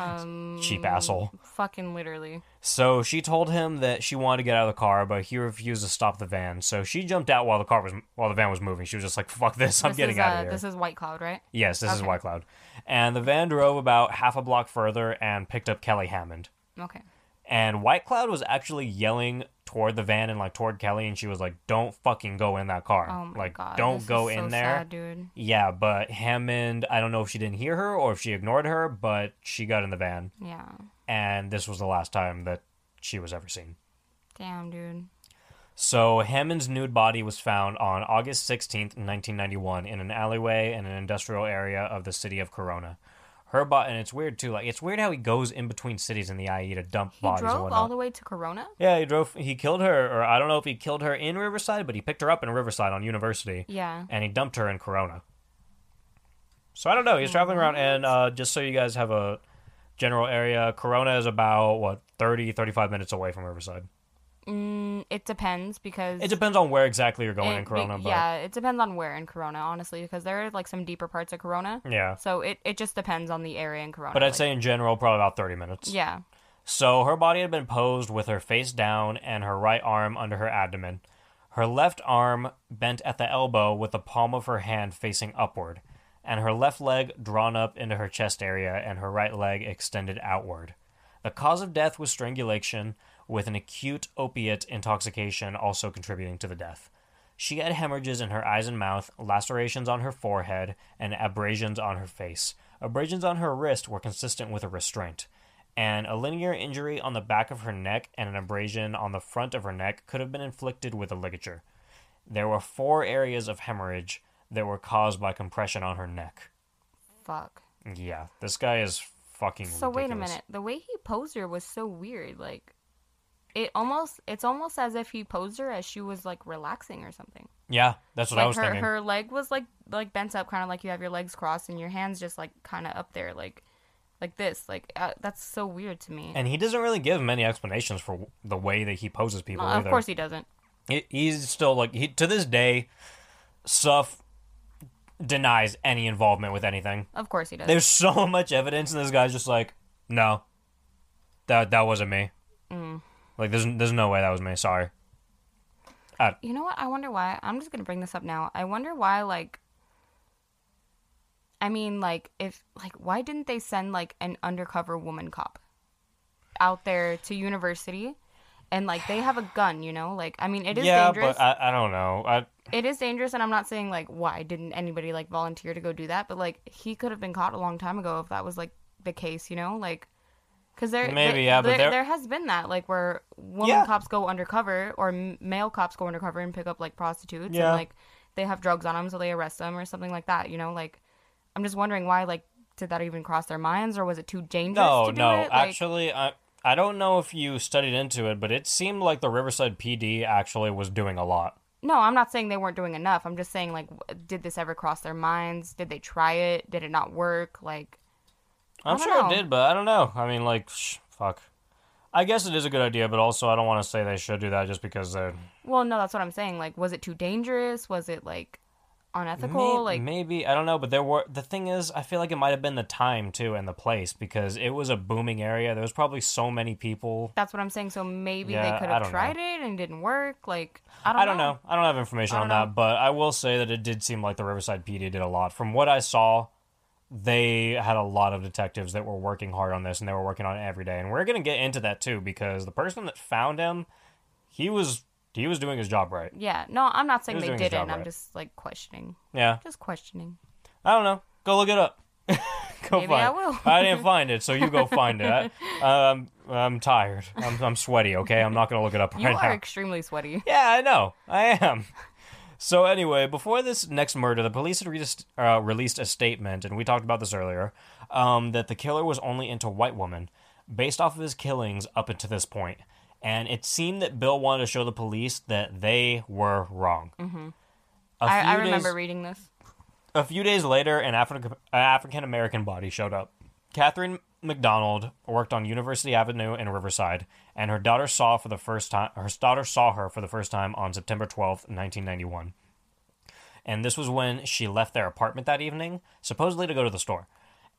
B: Um,
A: Cheap asshole.
B: Fucking literally.
A: So she told him that she wanted to get out of the car, but he refused to stop the van. So she jumped out while the car was while the van was moving. She was just like, "Fuck this! I'm
B: this
A: getting
B: is,
A: out of
B: uh,
A: here."
B: This is White Cloud, right?
A: yes, this is
B: okay.
A: White Cloud. And the van drove about half a block further and picked up Kelly Hammond.
B: Okay.
A: And White Cloud was actually yelling toward the van and like toward Kelly, and she was like, "Don't fucking go in that car!
B: Oh my
A: like,
B: god.
A: don't
B: this is
A: go
B: so
A: in there."
B: sad, dude.
A: Yeah, but Hammond, I don't know if she didn't hear her or if she ignored her, but she got in the van,
B: Yeah.
A: and this was the last time that she was ever seen.
B: Damn, dude.
A: So Hammond's nude body was found on August 16th, 1991, in an alleyway in an industrial area of the city of Corona. Her body, and it's weird too. Like it's weird how he goes in between cities in the IE to dump
B: He
A: bodies and
B: drove
A: whatnot.
B: all the way to Corona.
A: yeah, he drove. He killed her, or I don't know if he killed her in Riverside, but he picked her up in Riverside on University,
B: Yeah.
A: and he dumped her in Corona. So I don't
B: Oh,
A: know. He's traveling around, and uh, just so you guys have a general area, Corona is about what 30, 35 minutes away from Riverside.
B: Mm, it depends because
A: It depends on where exactly you're going
B: it-
A: in Corona, but
B: Yeah, it depends on where in Corona, honestly, because there are like some deeper parts of Corona.
A: yeah.
B: So it, it just depends on the area in Corona.
A: But
B: like-
A: I'd say in general, probably about 30 minutes.
B: yeah,
A: So her body had been posed with her face down and her right arm under her abdomen. Her left arm bent at the elbow with the palm of her hand facing upward, and her left leg drawn up into her chest area and her right leg extended outward. The cause of death was strangulation, with an acute opiate intoxication also contributing to the death. She had hemorrhages in her eyes and mouth, lacerations on her forehead, and abrasions on her face. Abrasions on her wrist were consistent with a restraint. And a linear injury on the back of her neck and an abrasion on the front of her neck could have been inflicted with a ligature. There were four areas of hemorrhage that were caused by compression on her neck.
B: fuck.
A: Yeah, this guy is fucking.
B: So wait a
A: ridiculous.
B: minute. The way he posed her was so weird. Like, it almost it's almost as if he posed her as she was like relaxing or something.
A: Yeah, that's what I
B: like
A: was
B: her
A: thinking.
B: her leg was like like bent up, kind of like you have your legs crossed and your hands just like kind of up there, like like this. Like uh, that's so weird to me.
A: And he doesn't really give many explanations for w- the way that he poses people.
B: Uh,
A: either.
B: of course he doesn't.
A: He- he's still like he to this day Suff denies any involvement with anything
B: Of course he doesn't.
A: there's so (laughs) much evidence and this guy's just like no that that wasn't me
B: Mm.
A: like there's there's no way that was me sorry
B: You know what? I wonder why. I'm just gonna bring this up now. I wonder why, like, I mean, like, if, like, why didn't they send, like, an undercover woman cop out there to university? And, like, they have a gun, you know? Like, I mean, it is
A: yeah
B: dangerous.
A: but I, I don't know I,
B: it is dangerous, and I'm not saying, like, why didn't anybody, like, volunteer to go do that? But, like, he could have been caught a long time ago if that was, like, the case, you know? Like, because there,
A: Maybe,
B: there-
A: yeah, but
B: there,
A: there-
B: there has been that, like, where women
A: Yeah.
B: cops go undercover or m- male cops go undercover and pick up, like, prostitutes
A: Yeah.
B: and, like, they have drugs on them, so they arrest them or something like that, you know? Like, I'm just wondering why, like, did that even cross their minds or was it too dangerous?
A: no
B: to do
A: no
B: it? Like,
A: actually I I don't know if you studied into it but it seemed like the Riverside PD actually was doing a lot
B: No, I'm not saying they weren't doing enough. I'm just saying, like, w- did this ever cross their minds? Did they try it? Did it not work? Like,
A: I'm
B: I don't
A: sure
B: know.
A: it did, but I don't know. I mean, like, sh- fuck. I guess it is a good idea, but also I don't want to say they should do that just because they're
B: Well, no, that's what I'm saying. Like, was it too dangerous? Was it like unethical?
A: May-
B: like,
A: maybe I don't know. But there were the thing is, I feel like it might have been the time too and the place because it was a booming area. There was probably so many people.
B: that's what I'm saying. So maybe
A: Yeah,
B: they could
A: I
B: have
A: don't
B: tried it and it didn't work. Like, I don't,
A: I don't know. I don't have information
B: I
A: on
B: don't know.
A: that, but I will say that it did seem like the Riverside PD did a lot. From what I saw, they had a lot of detectives that were working hard on this and they were working on it every day. And we're gonna get into that too because the person that found him, he was he was doing his job right.
B: Yeah, no, I'm not saying
A: was
B: they
A: doing his
B: didn't.
A: job
B: I'm
A: right.
B: just like questioning,
A: Yeah.
B: just questioning.
A: I don't know. Go look it up. (laughs) go
B: Maybe
A: find
B: I
A: it.
B: will.
A: I didn't find it, so you go find it.
B: (laughs)
A: I, um, I'm tired. I'm, I'm sweaty, okay? I'm not going to look it up
B: You
A: right
B: are
A: now.
B: extremely sweaty.
A: Yeah, I know. I am. So, anyway, before this next murder, the police had re- uh, released a statement, and we talked about this earlier, um, that the killer was only into white women based off of his killings up until this point. And it seemed that Bill wanted to show the police that they were wrong. Mm-hmm.
B: I, I remember reading this.
A: a few days later, an Afri- African American body showed up. Catherine McDonald worked on University Avenue in Riverside, and her daughter saw for the first time. Her daughter saw her for the first time on September twelfth, nineteen ninety one. And this was when she left their apartment that evening, supposedly to go to the store.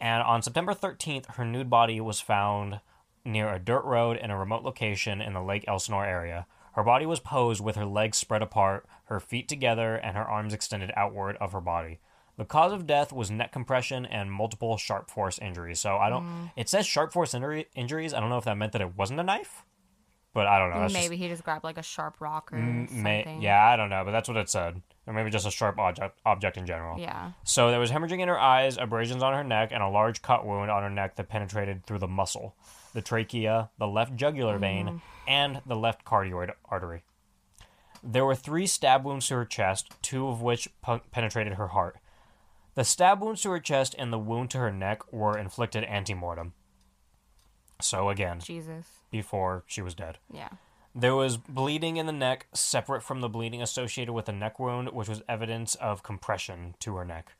A: And on September 13th, her nude body was found near a dirt road in a remote location in the Lake Elsinore area. Her body was posed with her legs spread apart, her feet together, and her arms extended outward of her body. The cause of death was neck compression and multiple sharp force injuries. So I don't.
B: Mm.
A: It says sharp force injury, injuries. I don't know if that meant that it wasn't a knife, but I don't know. Oh, That's just-
B: Maybe he just grabbed like a sharp rock or
A: Mm,
B: something.
A: may- yeah, I don't know, but that's what it said. Or maybe just a sharp object, object in general.
B: Yeah.
A: So there was hemorrhaging in her eyes, abrasions on her neck, and a large cut wound on her neck that penetrated through the muscle, the trachea, the left jugular vein, and the left cardioid artery. There were three stab wounds to her chest, two of which pu- penetrated her heart. The stab wounds to her chest and the wound to her neck were inflicted antemortem. So again,
B: Jesus.
A: before she was dead.
B: Yeah.
A: There was bleeding in the neck, separate from the bleeding associated with the neck wound, which was evidence of compression to her neck.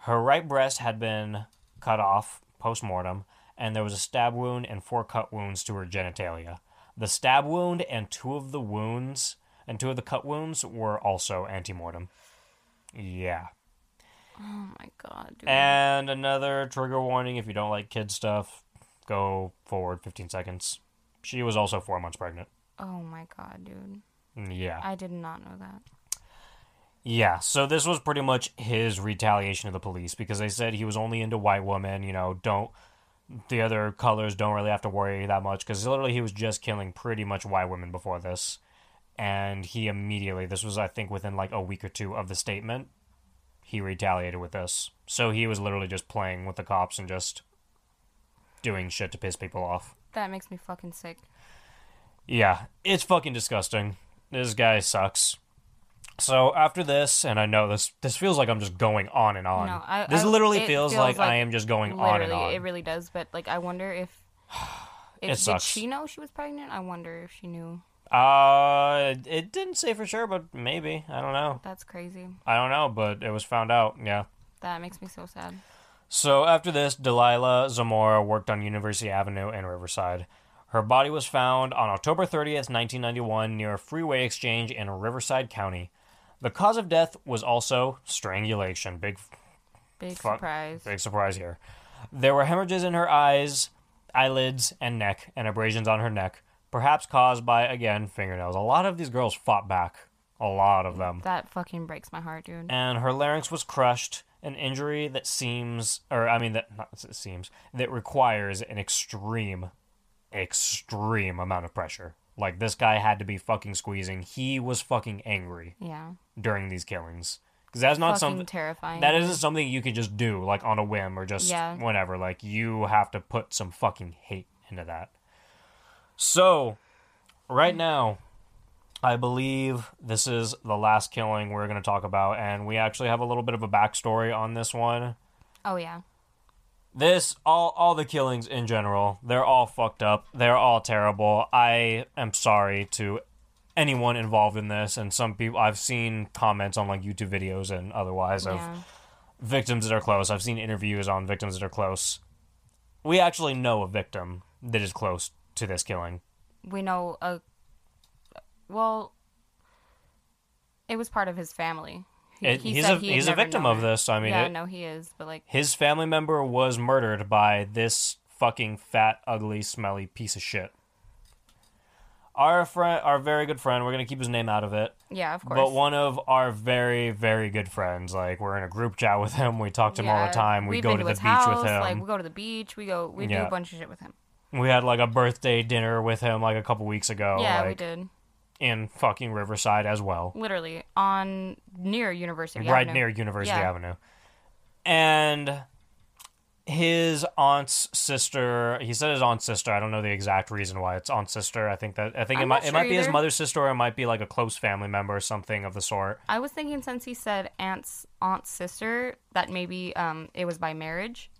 A: Her right breast had been cut off post mortem, and there was a stab wound and four cut wounds to her genitalia. The stab wound and two of the wounds and two of the cut wounds were also antemortem. Yeah.
B: Oh my god, dude.
A: And another trigger warning if you don't like kid stuff, go forward 15 seconds. She was also four months pregnant.
B: oh my god, dude.
A: Yeah.
B: I did not know that.
A: Yeah, so this was pretty much his retaliation to the police because they said he was only into white women, you know, don't the other colors don't really have to worry that much because literally he was just killing pretty much white women before this. And he immediately, this was I think within like a week or two of the statement, he retaliated with this. So he was literally just playing with the cops and just doing shit to piss people off.
B: That makes me fucking sick.
A: Yeah, it's fucking disgusting. This guy sucks. So after this, and I know this, this feels like I'm just going on and on.
B: No, I-
A: this
B: I-
A: literally
B: it
A: feels,
B: feels
A: like,
B: like-
A: I am just going on and
B: Literally,
A: on.
B: it really does. But like, I
A: (sighs)
B: wonder if.
A: It
B: if
A: sucks.
B: Did she know she was pregnant? I wonder if she knew.
A: uh, it didn't say for sure, but maybe I don't know.
B: That's crazy.
A: I don't know, but it was found out. Yeah.
B: That makes me so sad.
A: So after this, Delilah Zamora worked on University Avenue in Riverside. Her body was found on October 30th, 1991, near a freeway exchange in Riverside County. The cause of death was also strangulation. Big
B: Big
A: Fuck.
B: surprise.
A: Big surprise here. There were hemorrhages in her eyes, eyelids, and neck, and abrasions on her neck, perhaps caused by, again, fingernails. A lot of these girls fought back. A lot of them.
B: That fucking breaks my heart, dude.
A: And her larynx was crushed, an injury that seems, or I mean, that not s- seems, that requires an extreme, extreme amount of pressure. Like, this guy had to be fucking squeezing. He was fucking angry
B: yeah.
A: during these killings. Because that's not
B: fucking
A: something.
B: terrifying.
A: That isn't something you can just do like on a whim or just
B: Yeah.
A: whenever. Like you have to put some fucking hate into that. So, right now, I believe this is the last killing we're going to talk about, and we actually have a little bit of a backstory on this one.
B: Oh yeah.
A: This all all the killings in general, they're all fucked up. They're all terrible. I am sorry to anyone involved in this, and some people I've seen comments on like YouTube videos and otherwise of
B: Yeah.
A: victims that are close. I've seen interviews on victims that are close. We actually know a victim that is close to this killing.
B: we know a well it was part of his family he,
A: It-
B: he
A: he's
B: said
A: a
B: he had
A: he's a
B: never
A: victim
B: known
A: of
B: her.
A: this. I mean,
B: yeah
A: it-
B: no he is but like
A: his family member was murdered by this fucking fat, ugly, smelly piece of shit. Our friend, our very good friend, we're gonna keep his name out of it.
B: yeah of course
A: But one of our very, very good friends, like we're in a group chat with him. We talk to him all
B: Yeah.
A: the time. We
B: We've
A: go
B: been
A: to the
B: his
A: beach
B: house,
A: with him.
B: like we go to the beach we go we do
A: Yeah.
B: a bunch of shit with him
A: we had like a birthday dinner with him like a couple weeks ago.
B: yeah
A: like,
B: we did
A: in fucking Riverside as well,
B: literally on near university
A: right
B: Avenue.
A: near University
B: Yeah.
A: Avenue. And his aunt's sister, he said his aunt's sister. I don't know the exact reason why it's aunt's sister. I think that I think it
B: I'm
A: might
B: not
A: it might
B: sure
A: be his
B: either.
A: mother's sister or it might be like a close family member or something of the sort.
B: i was thinking since he said aunt's aunt's sister that maybe um it was by marriage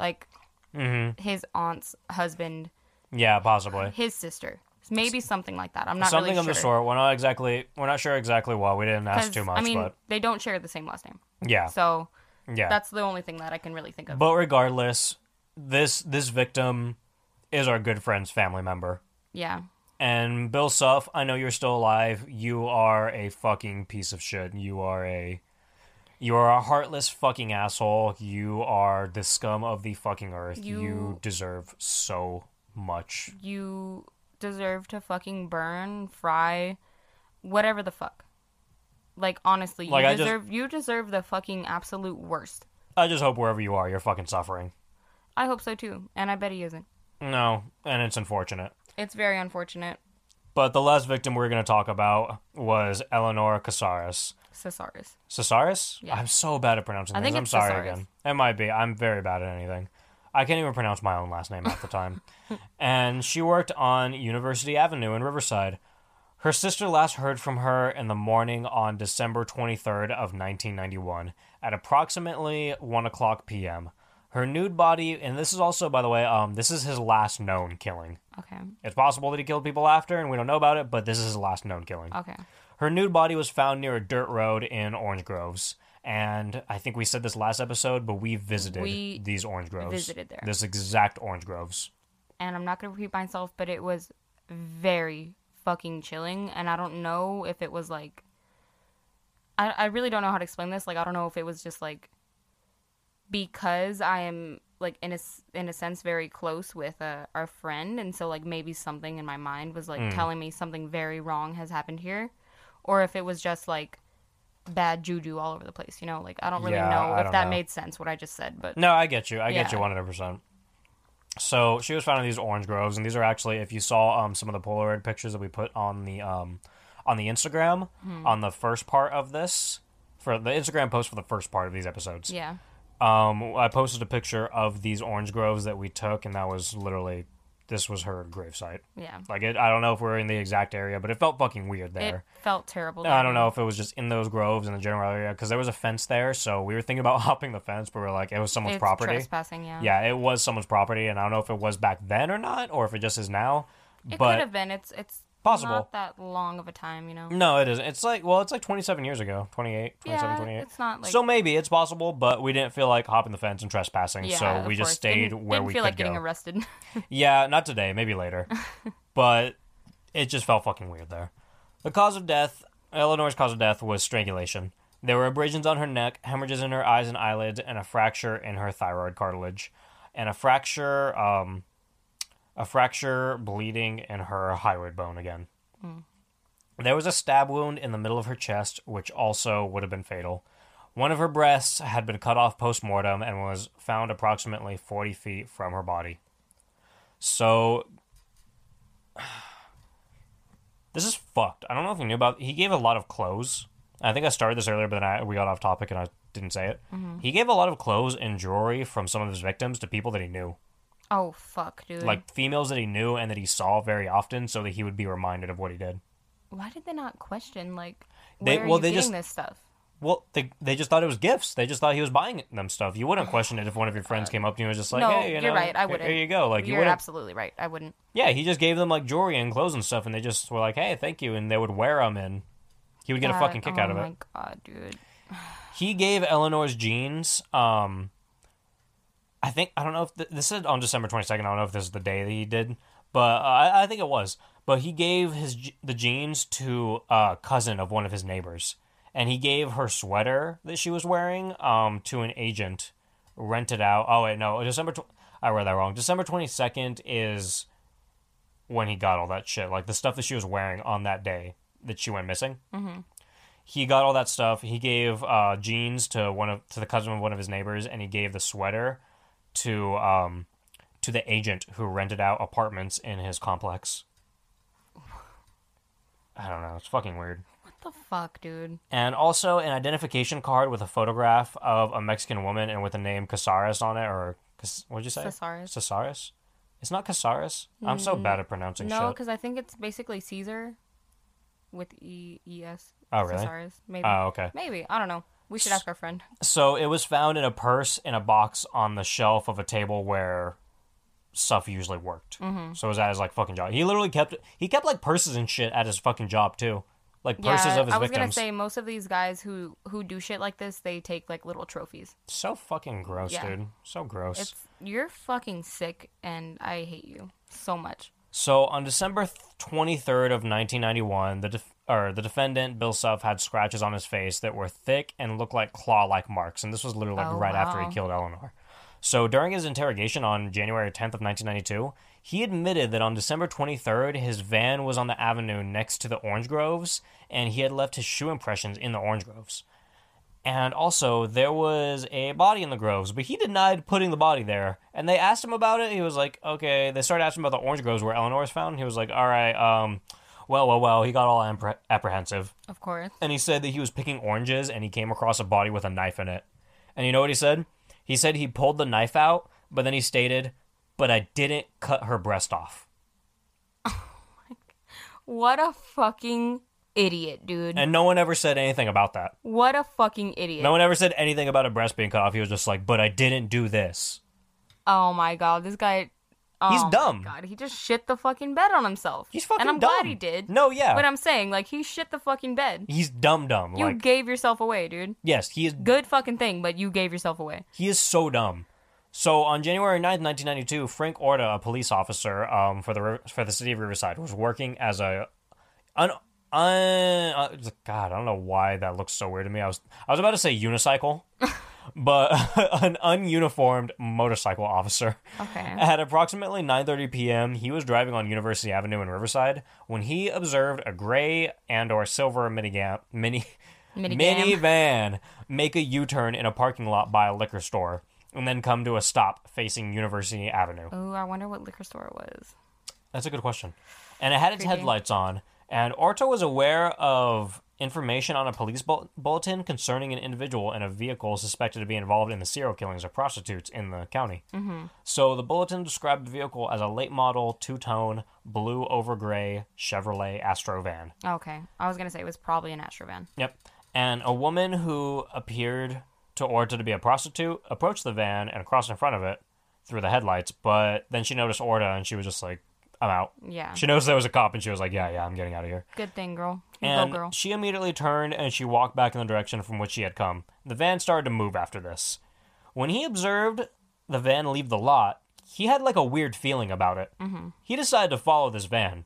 B: like
A: Mm-hmm.
B: his aunt's husband
A: Yeah, possibly.
B: his sister maybe something like that i'm not
A: something
B: really
A: of
B: sure.
A: the sort. We're not exactly we're not sure exactly why. We didn't ask too
B: 'Cause,
A: much,
B: I mean,
A: but
B: they don't share the same last name.
A: yeah.
B: So
A: yeah.
B: that's the only thing that I can really think of.
A: but regardless, this this victim is our good friend's family member.
B: yeah.
A: And Bill Suff, I know you're still alive. You are a fucking piece of shit. You are a You are a heartless fucking asshole. You are the scum of the fucking earth. You,
B: You-
A: deserve so much.
B: You deserve to fucking burn, fry, whatever the fuck. Like honestly, you
A: Like, I just-
B: deserve you deserve the fucking absolute worst.
A: I just hope wherever you are, you're fucking suffering.
B: I hope so too, and I bet he isn't.
A: No, and it's unfortunate.
B: It's very unfortunate.
A: But the last victim we're going to talk about was Eleanor Casares.
B: Cesaris.
A: Casares?
B: Yeah.
A: I'm so bad at pronouncing
B: I
A: things.
B: think
A: I'm
B: it's
A: sorry
B: Casares.
A: again. It might be. I'm very bad at anything. I can't even pronounce my own last name half the
B: (laughs)
A: time. and she worked on University Avenue in Riverside. Her sister last heard from her in the morning on December 23rd of 1991 at approximately 1 o'clock p.m. Her nude body, and this is also, by the way, um, this is his last known killing.
B: Okay.
A: It's possible that he killed people after, and we don't know about it, but this is his last known killing.
B: Okay.
A: Her nude body was found near a dirt road in Orange Groves. And I think we said this last episode, but we visited
B: We
A: these orange groves.
B: visited there.
A: This exact orange groves.
B: and I'm not going to repeat myself, but it was very fucking chilling. And I don't know if it was like. I, I really don't know how to explain this. Like, I don't know if it was just like. Because I am, like, in a, s- in a sense, very close with uh, our friend. And so, like, maybe something in my mind was,
A: Hmm.
B: like, telling me something very wrong has happened here. Or if it was just, like, bad juju all over the place, you know? Like, I don't really
A: Yeah,
B: know
A: I
B: if
A: don't
B: that
A: know.
B: made sense, what I just said. But
A: No, I get you. I get you
B: Yeah.
A: 100%. So she was found in these orange groves, and these are actually, if you saw um, some of the Polaroid pictures that we put on the um, on the Instagram,
B: Hmm.
A: on the first part of this, for the Instagram post for the first part of these episodes,
B: yeah.
A: um, I posted a picture of these orange groves that we took, and that was literally, this was her gravesite.
B: Yeah.
A: Like it, I don't know if we were in the exact area, but it felt fucking weird
B: It
A: there.
B: felt terrible.
A: I don't know if it was just in those groves in the general area because there was a fence there, so we were thinking about (laughs) hopping the fence, but we are like, it was someone's
B: it's
A: property.
B: Trespassing, yeah.
A: Yeah, it was someone's property, and I don't know if it was back then or not, or if it just is now.
B: It
A: but
B: could have been. It's it's
A: Possible. Mm,
B: Not that long of a time, you know.
A: no, it isn't. It's like well, it's like 27 years ago, 28, 27,
B: yeah,
A: 28.
B: it's not like
A: so maybe it's possible, but we didn't feel like hopping the fence and trespassing,
B: yeah,
A: so
B: of
A: we just
B: course.
A: stayed
B: didn't,
A: where
B: didn't
A: we
B: feel
A: could
B: like getting
A: go.
B: arrested. (laughs)
A: Yeah, not today, maybe later. but it just felt fucking weird there. The cause of death, Eleanor's cause of death was strangulation. There were abrasions on her neck, hemorrhages in her eyes and eyelids, and a fracture in her thyroid cartilage, and a fracture, um, a fracture bleeding in her hyoid bone again. There was a stab wound in the middle of her chest, which also would have been fatal. One of her breasts had been cut off post mortem and was found approximately 40 feet from her body. So (sighs) this is fucked. I don't know if you knew about. He gave a lot of clothes. I think I started this earlier, but then I, we got off topic and I didn't say it.
B: Mm-hmm.
A: He gave a lot of clothes and jewelry from some of his victims to people that he knew,
B: oh fuck, dude!
A: like females that he knew and that he saw very often, so that he would be reminded of what he did.
B: why did they not question like
A: They-
B: where are
A: well,
B: you
A: they
B: getting
A: just-
B: this stuff?
A: Well, they they just thought it was gifts. They just thought he was buying them stuff. You wouldn't question it if one of your friends came up to you and was just like,
B: Uh, no,
A: "Hey, you
B: are
A: know,
B: right. I
A: here-
B: wouldn't.
A: Here you go." Like you
B: You're
A: wouldn't
B: absolutely right. I wouldn't.
A: Yeah, he just gave them like jewelry and clothes and stuff, and they just were like, "Hey, thank you," and they would wear them, and he would get a
B: That-
A: fucking kick out of
B: Oh
A: it.
B: my god, dude!
A: He gave Eleanor's jeans. Um, I think I don't know if th- this is on December twenty second. I don't know if this is the day that he did, but uh, I, I think it was. But he gave his je- the jeans to a cousin of one of his neighbors, and he gave her sweater that she was wearing um to an agent, rented out. Oh wait, no, December. Tw- I read that wrong. December twenty second is when he got all that shit, like the stuff that she was wearing on that day that she went missing. Mm-hmm. He got all that stuff. He gave uh, jeans to one of to the cousin of one of his neighbors, and he gave the sweater to um, to the agent who rented out apartments in his complex. I don't know. It's fucking weird.
B: What the fuck, dude?
A: And also an identification card with a photograph of a Mexican woman and with the name Casares on it, or Cas- what'd you say?
B: Cesaris.
A: Casares. It's not Casares. I'm so bad at pronouncing
B: No,
A: shit.
B: because I think it's basically Caesar, with e e s.
A: Oh, really?
B: Cesaris, maybe.
A: Oh, okay.
B: Maybe I don't know. We should ask our friend.
A: So it was found in a purse in a box on the shelf of a table where stuff usually worked. Mm-hmm. So it was at his like fucking job. He literally kept he kept like purses and shit at his fucking job too, like purses of his
B: I was
A: victims.
B: gonna say most of these guys who who do shit like this, they take like little trophies.
A: so fucking gross,
B: Yeah.
A: dude. So gross.
B: It's you're fucking sick, and I hate you so much.
A: So on December th- 23rd of 1991, the def- or the defendant, Bill Self, had scratches on his face that were thick and looked like claw like marks. And this was literally like
B: Oh,
A: right after he
B: wow.
A: killed Eleanor. So during his interrogation on January 10th of 1992, he admitted that on December 23rd, his van was on the avenue next to the orange groves, and he had left his shoe impressions in the orange groves. And also, there was a body in the groves, but he denied putting the body there. And they asked him about it. He was like, okay. They started asking him about the orange groves where Eleanor was found. He was like, all right, um, well, well, well. He got all appreh- apprehensive.
B: Of course.
A: And he said that he was picking oranges and he came across a body with a knife in it. And you know what he said? He said he pulled the knife out, but then he stated, but I didn't cut her breast off.
B: What a fucking idiot, dude.
A: And no one ever said anything about that.
B: what a fucking idiot.
A: No one ever said anything about a breast being cut off. He was just like, but I didn't do this.
B: Oh my god, this guy. Oh
A: He's
B: my
A: dumb.
B: God, he just shit the fucking bed on himself.
A: He's fucking
B: And I'm
A: dumb.
B: glad he did.
A: No, yeah.
B: But I'm saying, like, he shit the fucking bed.
A: He's dumb dumb.
B: You
A: like
B: gave yourself away, dude.
A: yes, he is
B: Good fucking thing, but you gave yourself away.
A: he is so dumb. So on January 9th, 1992, Frank Orta, a police officer um, for the Riv- for the city of Riverside, was working as a an un, uh, God, I don't know why that looks so weird to me. I was I was about to say
B: (laughs)
A: unicycle, but (laughs) an ununiformed motorcycle officer.
B: Okay.
A: At approximately 9:30 p.m., he was driving on University Avenue in Riverside when he observed a gray and or silver minigam, mini
B: Mini
A: minivan make a U-turn in a parking lot by a liquor store and then come to a stop facing University Avenue.
B: Ooh, I wonder what liquor store it was.
A: That's a good question. And it had its
B: Creepy.
A: headlights on, and Orto was aware of information on a police bull- bulletin concerning an individual in a vehicle suspected to be involved in the serial killings of prostitutes in the county. Mm-hmm. So the bulletin described the vehicle as a late model, two tone, blue over gray Chevrolet Astro van.
B: Okay. I was gonna say it was probably an Astrovan.
A: Yep. And a woman who appeared to Orta to be a prostitute approached the van and crossed in front of it through the headlights, but then she noticed Orta and she was just like, I'm out.
B: Yeah.
A: She noticed there was a cop and she was like, Yeah, yeah, I'm getting out of here.
B: Good thing, girl. You
A: And
B: Go, girl.
A: she immediately turned and she walked back in the direction from which she had come. The van started to move after this. When he observed the van leave the lot, he had like a weird feeling about it. Mm-hmm. He decided to follow this van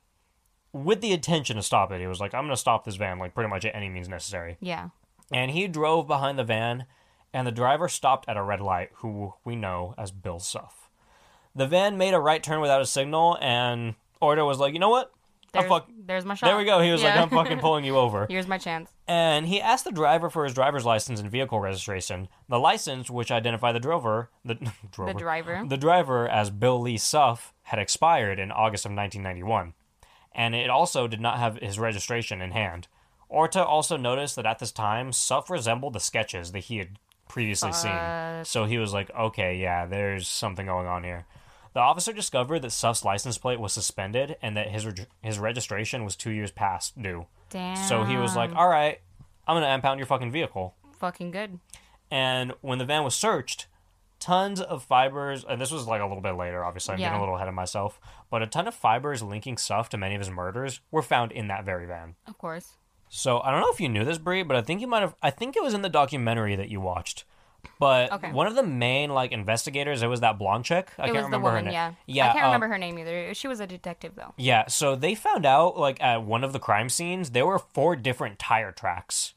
A: with the intention to stop it. He was like, I'm going to stop this van, like pretty much at any means necessary.
B: Yeah.
A: And he drove behind the van, and the driver stopped at a red light, who we know as Bill Suff. The van made a right turn without a signal, and Ordo was like, you know what? I'm
B: There's,
A: fuck-
B: there's my shot.
A: there we go. He was
B: Yeah.
A: like, I'm fucking pulling you over.
B: (laughs) Here's my chance.
A: And he asked the driver for his driver's license and vehicle registration. The license, which identified the driver, the, (laughs) driver,
B: The driver.
A: the driver as Bill Lee Suff, had expired in August of 1991, and it also did not have his registration in hand. Orta also noticed that at this time, Suff resembled the sketches that he had previously
B: Uh,
A: seen.
B: Fuck.
A: So he was like, okay, yeah, there's something going on here. The officer discovered that Suff's license plate was suspended and that his, reg- his registration was two years past due.
B: Damn.
A: So he was like, all right, I'm going to impound your fucking vehicle.
B: fucking good.
A: And when the van was searched, tons of fibers, and this was like a little bit later, obviously, I'm getting
B: Yeah.
A: a little ahead of myself, but a ton of fibers linking stuff to many of his murders were found in that very van.
B: Of course.
A: So I don't know if you knew this, Brie, but I think you might have, I think it was in the documentary that you watched. But
B: Okay.
A: one of the main like investigators, it was that blonde chick. I
B: it
A: can't
B: was the
A: remember
B: woman,
A: her name.
B: yeah.
A: yeah
B: I can't
A: uh,
B: remember her name either. She was a detective though.
A: Yeah, so they found out like at one of the crime scenes, there were four different tire tracks,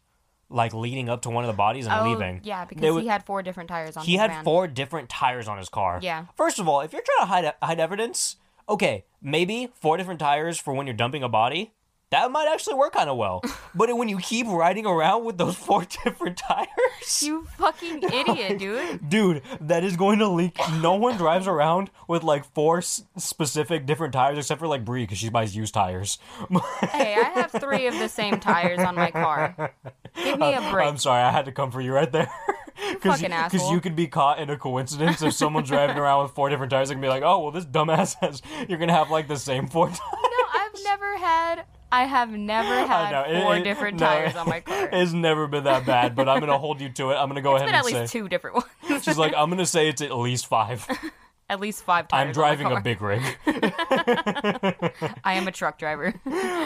A: like leading up to one of the bodies and
B: Oh,
A: leaving.
B: yeah, because
A: They would-
B: he had four different tires on.
A: he
B: his
A: had
B: van.
A: four different tires on his car.
B: Yeah.
A: First of all, if you're trying to hide hide evidence, okay, maybe four different tires for when you're dumping a body. That might actually work kind of
B: (laughs)
A: well. but when you keep riding around with those (laughs) four different tires,
B: You fucking idiot,
A: (laughs)
B: dude.
A: dude, that is going to leak. No one drives around with like four s- specific different tires except for like Bree because she buys used tires. (laughs)
B: Hey, I have three of the same tires on my car. Give me a break.
A: I'm sorry, I had to come for you right there. (laughs) Because
B: fucking
A: you,
B: asshole.
A: could be caught in a coincidence if
B: (laughs)
A: someone's driving around with four different tires and be like, oh, well, this dumbass has, you're going to have like the same four tires.
B: no, I've never had. I have never
A: (laughs) I
B: had
A: know, it-
B: four
A: it-
B: different
A: no,
B: tires on my car. It's
A: (laughs) It's never been that bad, but I'm going to hold you to it. I'm going to go
B: been
A: ahead
B: at
A: and say.
B: least two different ones. (laughs)
A: She's like, I'm going to say it's at least five.
B: at least five tires.
A: I'm driving
B: on my
A: a
B: car.
A: big rig.
B: (laughs)
A: (laughs)
B: I am a truck driver.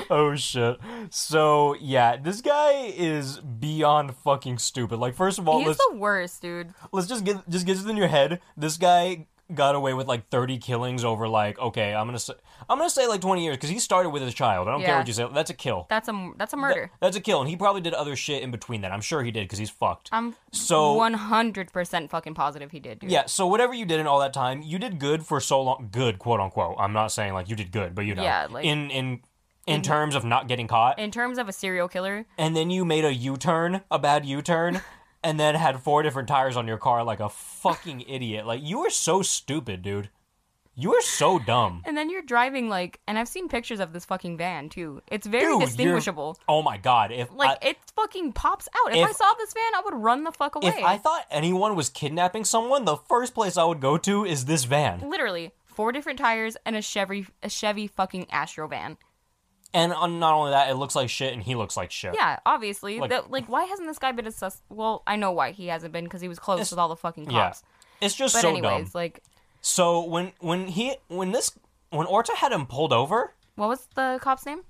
A: oh, shit. So, yeah, this guy is beyond fucking stupid. Like, first of all,
B: He's
A: let's.
B: the worst, dude.
A: let's just get just get this in your head. This guy got away with like 30 killings over like okay i'm gonna say i'm gonna say like 20 years because he started with as a child i don't care
B: Yeah.
A: what you say that's a kill
B: That's a that's a murder.
A: that's a kill and he probably did other shit in between that i'm sure he did because he's fucked
B: I'm
A: so
B: 100% fucking positive he did, dude.
A: oh. yeah so whatever you did in all that time you did good for so long good quote unquote i'm not saying like you did good but you know
B: Yeah, like-
A: in in in terms of not getting caught
B: In terms of a serial killer,
A: and then you made a u-turn a bad
B: (laughs)
A: u-turn and then had four different tires on your car like a fucking idiot like you were so stupid dude you were so dumb
B: and then you're driving like, and I've seen pictures of this fucking van too. It's very
A: Dude, you're-
B: distinguishable.
A: oh my god if
B: Like
A: I,
B: it fucking pops out. If, I
A: If-
B: saw this van, I would run the fuck away.
A: if i thought anyone was kidnapping someone the first place i would go to is this van
B: Literally four different tires and a Chevy, a Chevy fucking Astro van.
A: and on, not only that it looks like shit and he looks like shit
B: Yeah, obviously.
A: Like-
B: Like, like why hasn't this guy been a sus? Well, I know why he hasn't been because he was close with all the fucking
A: Yeah.
B: cops.
A: it's just
B: But
A: so
B: anyways,
A: dumb
B: like,
A: so when when he when this when orta had him pulled over
B: what was the cop's name?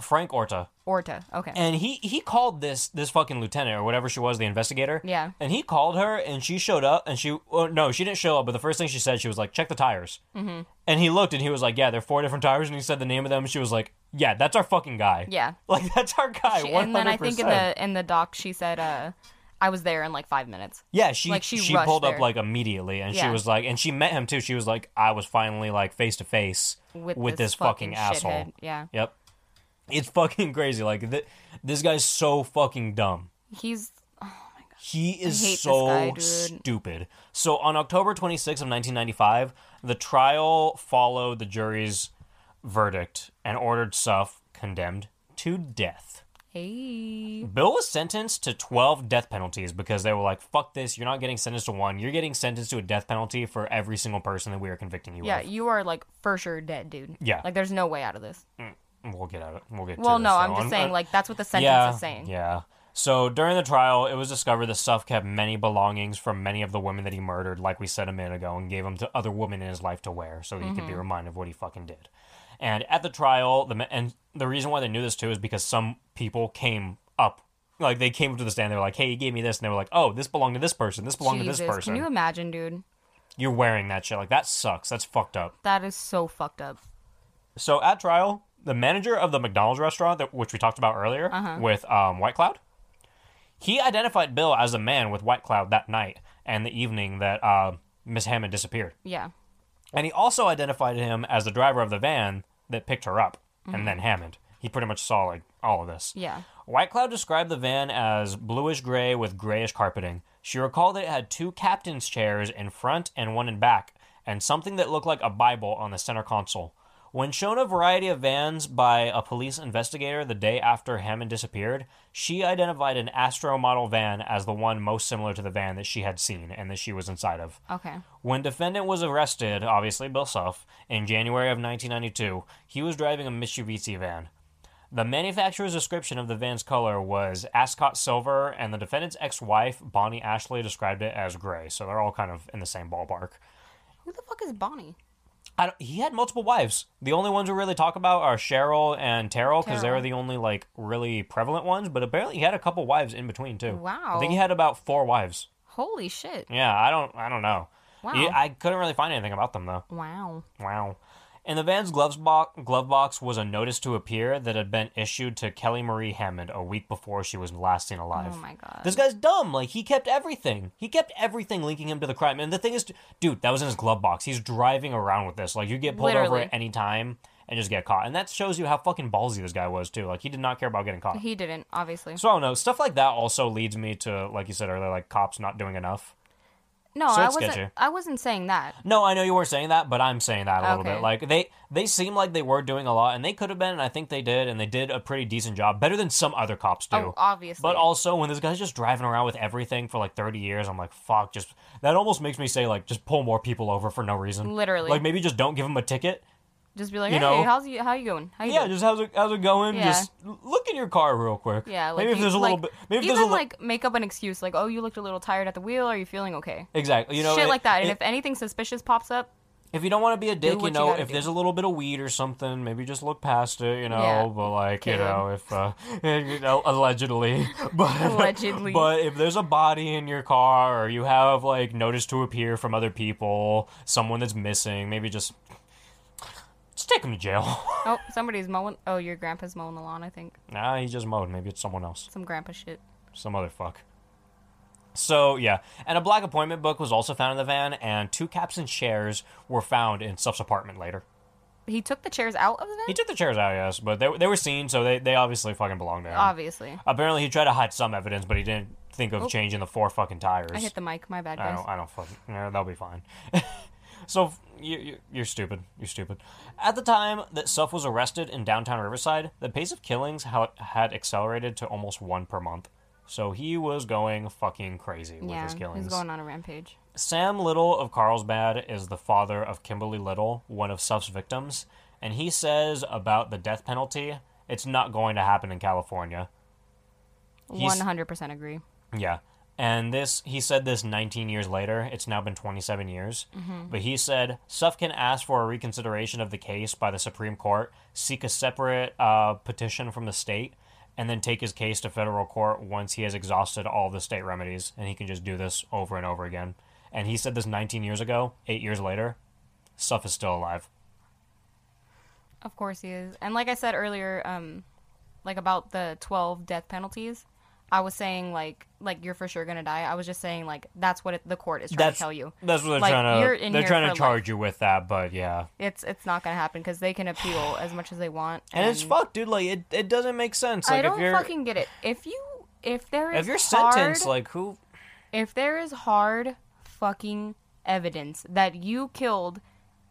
A: frank orta
B: Orta. Okay.
A: and he he called this this fucking lieutenant or whatever she was the investigator
B: Yeah.
A: and he called her and she showed up and she well, no she didn't show up but the first thing she said she was like check the tires mm-hmm. and he looked and he was like yeah there are four different tires and he said the name of them and she was like yeah that's our fucking guy
B: yeah.
A: (laughs) like that's our guy
B: She-
A: 100%.
B: and then I think in the in the doc she said, uh, "I was there in like five minutes."
A: yeah she
B: like,
A: she,
B: she rushed
A: pulled up
B: there.
A: like immediately and she
B: Yeah.
A: was like and she met him too she was like i was finally like face to face this,
B: With this
A: fucking,
B: fucking
A: asshole
B: shithead, yeah.
A: yep it's fucking crazy like th- this guy's so fucking dumb
B: He's
A: He
B: hate
A: is
B: this
A: so
B: guy, dude.
A: stupid. So on October 26th of 1995, the trial followed the jury's verdict and ordered Suff condemned to death.
B: hey,
A: Bill was sentenced to 12 death penalties because they were like, fuck this, you're not getting sentenced to one. You're getting sentenced to a death penalty for every single person that we are convicting you
B: yeah,
A: of.
B: you are like for sure dead, dude.
A: Yeah.
B: like there's no way out of this.
A: We'll get out of it. We'll get to
B: well,
A: this,
B: no, I'm
A: though. uh,
B: just
A: Un-
B: saying
A: un-
B: like that's what the sentence
A: yeah,
B: is saying.
A: Yeah. So during the trial, it was discovered that Suff kept many belongings from many of the women that he murdered, like we said a minute ago, and gave them to other women in his life to wear so he could
B: Mm-hmm.
A: be reminded of what he fucking did. And at the trial, the me- and the reason why they knew this too is because some people came up, like they came up to the stand. They were like, "Hey, you gave me this," and they were like, "Oh, this belonged to this person. This belonged
B: Jesus,
A: to this person.
B: can you imagine, dude?
A: You're wearing that shit. Like that sucks. That's fucked up."
B: That is so fucked up.
A: So at trial, the manager of the McDonald's restaurant, that, which we talked about earlier with um, White Cloud, he identified Bill as the man with White Cloud that night and the evening that uh, Miss Hammond disappeared.
B: Yeah,
A: And he also identified him as the driver of the van that picked her up and then Hammond. He pretty much saw like all of this.
B: yeah.
A: White Cloud described the van as bluish gray with grayish carpeting. She recalled that it had two captain's chairs in front and one in back, and something that looked like a Bible on the center console. When shown a variety of vans by a police investigator the day after Hammond disappeared, she identified an Astro model van as the one most similar to the van that she had seen and that she was inside of.
B: Okay.
A: When defendant was arrested, obviously Bill Suff, in January of 1992, he was driving a Mitsubishi van. The manufacturer's description of the van's color was ascot silver, and the defendant's ex-wife Bonnie Ashley described it as gray. So they're all kind of in the same ballpark.
B: Who the fuck is Bonnie?
A: I don't- he had multiple wives. The only ones we really talk about are Cheryl and Terrell because they
B: Terrell.
A: were the only like really prevalent ones. But apparently, he had a couple wives in between too. I think
B: Wow.
A: he had about four wives.
B: Holy shit!
A: Yeah, I don't, I don't know.
B: Wow.
A: He- I couldn't really find anything about them though.
B: Wow.
A: Wow. In the van's gloves bo- glove box was a notice to appear that had been issued to Kelly Marie Hammond a week before she was last seen alive.
B: Oh my god.
A: This guy's dumb. Like, he kept everything. He kept everything linking him to the crime. And the thing is, dude, that was in his glove box. He's driving around with this. Like, you get pulled over
B: Literally.
A: at any time and just get caught. And that shows you how fucking ballsy this guy was, too. Like, he did not care about getting caught.
B: He didn't, obviously.
A: So, I don't know. Stuff like that also leads me to, like you said earlier, like cops not doing enough.
B: No,
A: so
B: I
A: it's
B: wasn't.
A: sketchy.
B: I wasn't saying that.
A: No, I know you weren't saying that, but I'm saying that a little
B: Okay.
A: bit. Like they they seem like they were doing a lot, and they could have been, and I think they did, and they did a pretty decent job, better than some other cops do.
B: Oh, obviously.
A: but also, when this guy's just driving around with everything for like 30 years, I'm like, fuck, just that almost makes me say like, just pull more people over for no reason.
B: Literally.
A: like maybe just don't give them a ticket.
B: just be like,
A: you
B: hey,
A: know-
B: how's you? How you going? How you
A: Yeah,
B: doing?
A: just how's it how's it going?
B: Yeah.
A: Just l- look in your car real quick.
B: yeah. Like,
A: maybe if
B: you-
A: there's a
B: like,
A: little bit, maybe if
B: even
A: there's a li-
B: like make up an excuse, like, oh, you looked a little tired at the wheel. Are you feeling okay?
A: exactly, you know,
B: Shit
A: it-
B: like that. And
A: it-
B: if anything suspicious pops up,
A: If you don't want to be a dick,
B: what
A: you
B: you
A: know,
B: gotta
A: if
B: do.
A: there's a little bit of weed or something, maybe just look past it, you know.
B: Yeah.
A: But like, you
B: Caleb.
A: know, if uh, (laughs) you know, allegedly, (laughs) but
B: Allegedly.
A: but if there's a body in your car or you have like notice to appear from other people, someone that's missing, maybe just just take him to jail. (laughs)
B: Oh, somebody's mowing. Oh, your grandpa's mowing the lawn, I think.
A: nah, he just mowed. Maybe it's someone else.
B: Some grandpa shit.
A: some other fuck. So yeah, and a black appointment book was also found in the van, and two caps and chairs were found in Stuff's apartment later.
B: He took the chairs out of the
A: He
B: van?
A: took the chairs out, yes, but they, they were seen, so they, they obviously fucking belonged there.
B: Obviously.
A: Apparently, he tried to hide some evidence, but he didn't think of changing the four fucking tires.
B: I hit the mic. My bad,
A: I
B: guys.
A: don't, I don't fucking. Yeah, that'll be fine. (laughs) so f- you, you, you're stupid. You're stupid. At the time that Suff was arrested in downtown Riverside, the pace of killings ha- had accelerated to almost one per month. So he was going fucking crazy with
B: yeah,
A: his killings.
B: he's going on a rampage.
A: Sam Little of Carlsbad is the father of Kimberly Little, one of Suff's victims, and he says about the death penalty, it's not going to happen in California. He's-
B: 100% agree.
A: Yeah. And this, he said this 19 years later. It's now been 27 years.
B: Mm-hmm.
A: But he said Sufkin asked for a reconsideration of the case by the Supreme Court, seek a separate uh, petition from the state, and then take his case to federal court once he has exhausted all the state remedies. And he can just do this over and over again. And he said this 19 years ago, eight years later. Suff is still alive.
B: Of course he is. And like I said earlier, um, like about the 12 death penalties, I was saying like like you're for sure gonna die. I was just saying like that's what it, the court is trying
A: That's
B: to tell you.
A: That's what they're
B: Like, you're
A: trying to.
B: in
A: They're
B: here
A: trying
B: for
A: to charge you with that, but yeah.
B: It's it's not gonna happen because they can appeal as much as they want.
A: And it's fucked, dude. Like it, it doesn't make sense. Like
B: I don't
A: if you're
B: fucking get it. If you if there is
A: if you're
B: hard,
A: sentenced, like who
B: if there is hard fucking evidence that you killed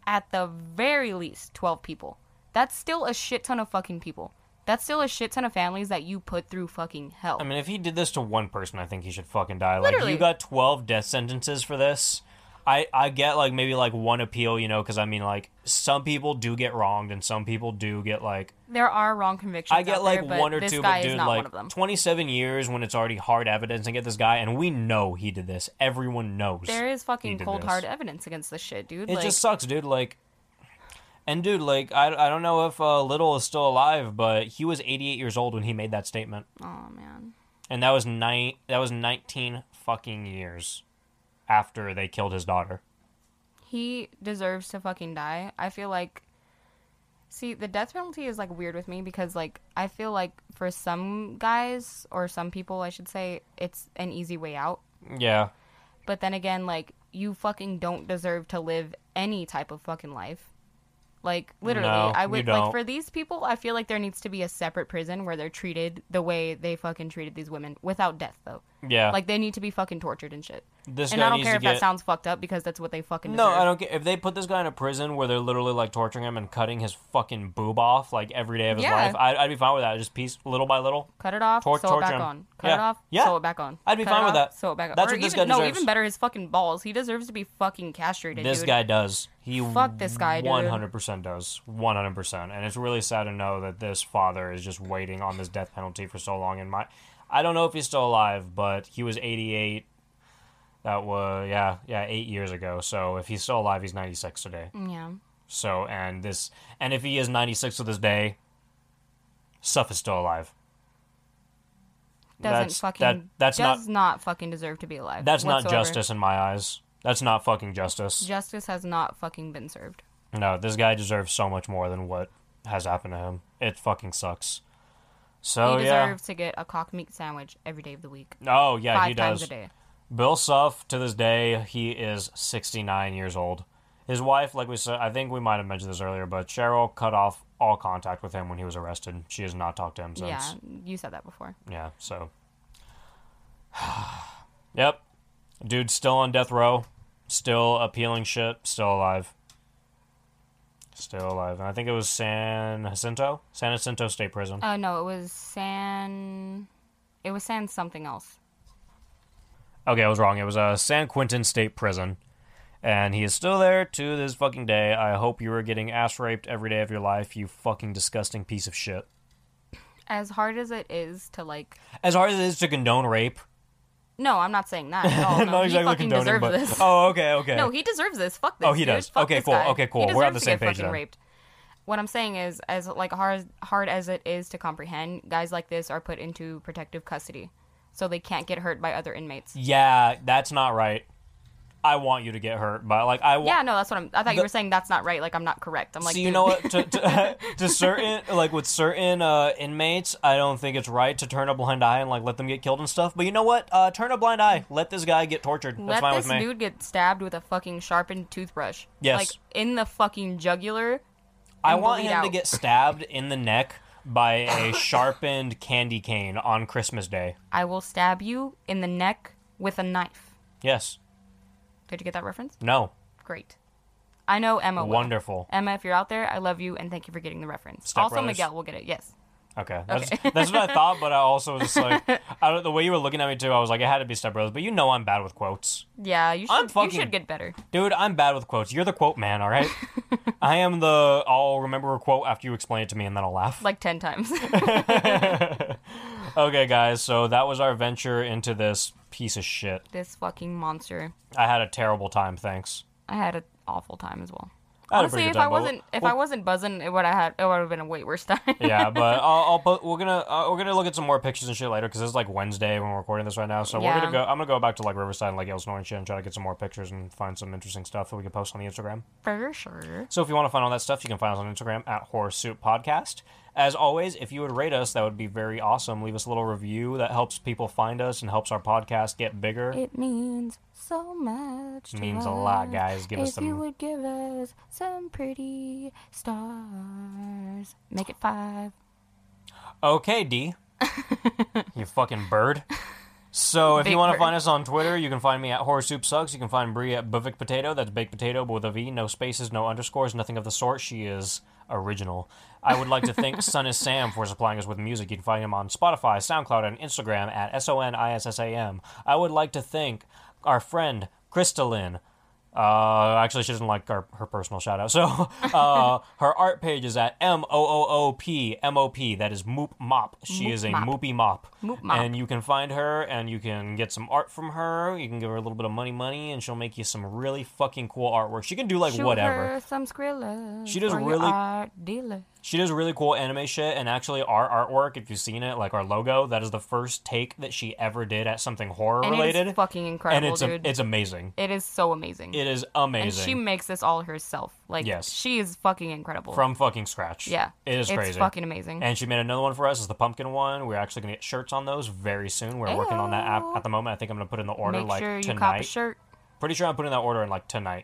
B: at the very least 12 people, that's still a shit ton of fucking people. That's still a shit ton of families that you put through fucking hell.
A: I mean, if he did this to one person, I think he should fucking die. Like,
B: Literally.
A: you got 12 death sentences for this. I, I get, like, maybe, like, one appeal, you know, because, I mean, like, some people do get wronged and some people do get, like,
B: there are wrong convictions.
A: I get,
B: out
A: like,
B: there, but
A: one or
B: this
A: two,
B: guy
A: but,
B: is
A: dude,
B: not one of them.
A: like, 27 years when it's already hard evidence and get this guy, and we know he did this. Everyone knows.
B: There is
A: he
B: fucking
A: did
B: cold
A: this.
B: hard evidence against this shit, dude.
A: It
B: like,
A: just sucks, dude. Like, and, dude, like, I, I don't know if uh, Little is still alive, but he was 88 years old when he made that statement.
B: oh man,
A: and that was nine. That was nineteen fucking years after they killed his daughter.
B: he deserves to fucking die. I feel like. See, the death penalty is like weird with me because like I feel like for some guys or some people, I should say, it's an easy way out.
A: Yeah,
B: But then again, like you fucking don't deserve to live any type of fucking life. Like literally,
A: No,
B: I
A: you
B: would
A: don't.
B: like for these people, I feel like there needs to be a separate prison where they're treated the way they fucking treated these women without death though.
A: yeah.
B: Like they need to be fucking tortured and shit.
A: this
B: and
A: guy
B: I don't
A: needs
B: care
A: to
B: if
A: get.
B: that sounds fucked up because that's what they fucking
A: no,
B: deserve.
A: I don't care if they put this guy in a prison where they're literally like torturing him and cutting his fucking boob off like every day of his
B: Yeah.
A: life. I'd, I'd be fine with that. Just piece little by little.
B: Cut it off,
A: Tor-
B: sew it back
A: torture him.
B: on. Cut
A: Yeah.
B: it off,
A: Yeah.
B: sew it back on.
A: I'd be
B: Cut it
A: fine with
B: off,
A: that.
B: Sew it back on.
A: That's
B: or
A: what this
B: even,
A: guy
B: No,
A: deserves.
B: even better is fucking balls. He deserves to be fucking castrated.
A: This
B: dude.
A: guy does. He
B: Fuck this guy, dude.
A: One hundred percent does. One hundred percent. And it's really sad to know that this father is just waiting on this death penalty for so long. And my, I don't know if he's still alive, but he was eighty eight. That was yeah yeah eight years ago. So if he's still alive, he's ninety six today.
B: Yeah.
A: So and this and if he is ninety six to this day, Suff is still alive.
B: Doesn't
A: That's-
B: fucking
A: that- that's
B: does not, fucking deserve to be alive.
A: That's not
B: whatsoever.
A: justice in my eyes. That's not fucking justice.
B: justice has not fucking been served.
A: No, this guy deserves so much more than what has happened to him. It fucking sucks. So
B: he
A: Oh, yeah.
B: deserves to get a cock meat sandwich every day of the week,
A: Oh yeah,
B: five
A: he
B: times
A: does.
B: a day.
A: Bill Suff to this day, he is 69 years old. His wife, like we said, I think we might have mentioned this earlier, but Cheryl cut off all contact with him when he was arrested. She has not talked to him since.
B: Yeah, you said that before.
A: Yeah, so. (sighs) yep. Dude's still on death row. Still appealing shit. Still alive. Still alive. And I think it was San Jacinto? San Jacinto State Prison.
B: Uh, no, it was San. It was San something else.
A: Okay, I was wrong. It was uh, San Quentin State Prison. And he is still there to this fucking day. I hope you were getting ass raped every day of your life, you fucking disgusting piece of shit.
B: As hard as it is to like,
A: As hard as it is to condone rape,
B: No, I'm not saying
A: (laughs)
B: that at all. Oh, No,
A: Not exactly
B: he fucking
A: condoning,
B: deserves
A: but
B: this.
A: oh, okay, okay.
B: No, he deserves this. Fuck this.
A: Oh, he
B: dude.
A: does.
B: Fuck
A: Okay,
B: this
A: cool.
B: guy.
A: Okay, cool.
B: He
A: We're on
B: deserves
A: the same
B: to get
A: page
B: fucking
A: then.
B: Raped. What I'm saying is, as like hard hard as it is to comprehend, guys like this are put into protective custody, so they can't get hurt by other inmates.
A: yeah, that's not right. I want you to get hurt, but like I want. (laughs)
B: Yeah, no, that's what I'm. I thought
A: The-
B: you were saying that's not right. Like I'm not correct. I'm like,
A: so you
B: dude,
A: know what? To,
B: (laughs)
A: to, (laughs) to certain like with certain uh, inmates, I don't think it's right to turn a blind eye and like let them get killed and stuff. But you know what? Uh, turn a blind eye. Let this guy get tortured. That's
B: Let
A: fine
B: this
A: with me.
B: dude get stabbed with a fucking sharpened toothbrush.
A: Yes.
B: Like in the fucking jugular.
A: I
B: and
A: want
B: bleed
A: him to
B: out.
A: get stabbed in the neck by
B: (laughs)
A: a sharpened candy cane on Christmas Day.
B: I will stab you in the neck with a knife.
A: Yes.
B: Did you get that reference?
A: No.
B: Great. I know Emma. will.
A: Wonderful.
B: Emma, if you're out there, I love you and thank you for getting the reference.
A: Step
B: also,
A: Brothers.
B: Miguel will get it. Yes.
A: Okay, that's, that's what I thought, but I also was just
B: (laughs)
A: like, I don't, the way you were looking at me too, I was like, it had to be Step Brothers, but you know I'm bad with quotes,
B: Yeah, you should.
A: I'm fucking-
B: You should get better.
A: dude. I'm bad with quotes. You're the quote man,
B: (laughs)
A: all right? I am the. I'll remember a quote after you explain it to me, and then I'll
B: (laughs)
A: laugh.
B: Like
A: (laughs)
B: ten times.
A: okay, guys, so that was our venture into this piece of shit.
B: this fucking monster.
A: I had a terrible time. Thanks.
B: I had an awful time as well.
A: I had a
B: Honestly,
A: pretty
B: if
A: good time,
B: I
A: but-
B: wasn't if
A: well-
B: I wasn't buzzing, it would have had it would have been a way worse (laughs) time.
A: yeah, but I'll, I'll put. We're gonna uh, we're gonna look at some more pictures and shit later because it's like Wednesday when we're recording this right now. So we're
B: Yeah.
A: gonna go. I'm gonna go back to like Riverside and like Illinois and shit and try to get some more pictures and find some interesting stuff that we can post on the Instagram.
B: For sure.
A: So if you want to find all that stuff, you can find us on Instagram at Horror Suit Podcast. As always, if you would rate us, that would be very awesome. Leave us a little review that helps people find us and helps our podcast get bigger.
B: It means so much. to
A: Means a lot,
B: us
A: guys. Give
B: if
A: us
B: you
A: some-
B: would give us some pretty stars, make it five.
A: Okay, D. you fucking bird. So if
B: Big
A: you want to
B: bird.
A: find us on Twitter, you can find me at Horror Soup Sucks. You can find Brie at Bivik Potato. That's baked potato, but with a V, no spaces, no underscores, nothing of the sort. She is original. I would like to
B: (laughs)
A: thank Son is Sam for supplying us with music. You can find him on Spotify, SoundCloud, and Instagram at S O N I S S A M. I would like to thank our friend Crystalline. Uh, actually, she doesn't like our, her personal shout out. So,
B: (laughs)
A: uh, her art page is at M O O O P M O P. That is Moop Mop. She
B: Moop
A: is a
B: Mop.
A: Moopy Mop.
B: Moop Mop.
A: And you can find her and you can get some art from her. You can give her a little bit of money, money, and she'll make you some really fucking cool artwork. She can do like
B: Shoot
A: whatever.
B: her some Skrilla.
A: She does
B: for your
A: really-
B: art dealer.
A: She does really cool anime shit, and actually, our artwork, if you've seen it, like our logo, that is the first take that she ever did at something horror
B: And
A: related.
B: it is fucking
A: and
B: incredible,
A: it's,
B: dude.
A: a, it's amazing.
B: it is so amazing.
A: It is
B: and
A: amazing.
B: she makes this all herself. Like
A: Yes.
B: she is fucking incredible.
A: From fucking scratch.
B: yeah,
A: It is
B: it's
A: crazy.
B: fucking amazing.
A: And she made another one for us. It's the pumpkin one. We're actually going to get shirts on those very soon. We're working on that app
B: Ew.
A: at the moment. I think I'm going to put in the order
B: Make
A: like
B: sure you cop a
A: tonight.
B: shirt.
A: Pretty sure I'm putting that order in like tonight.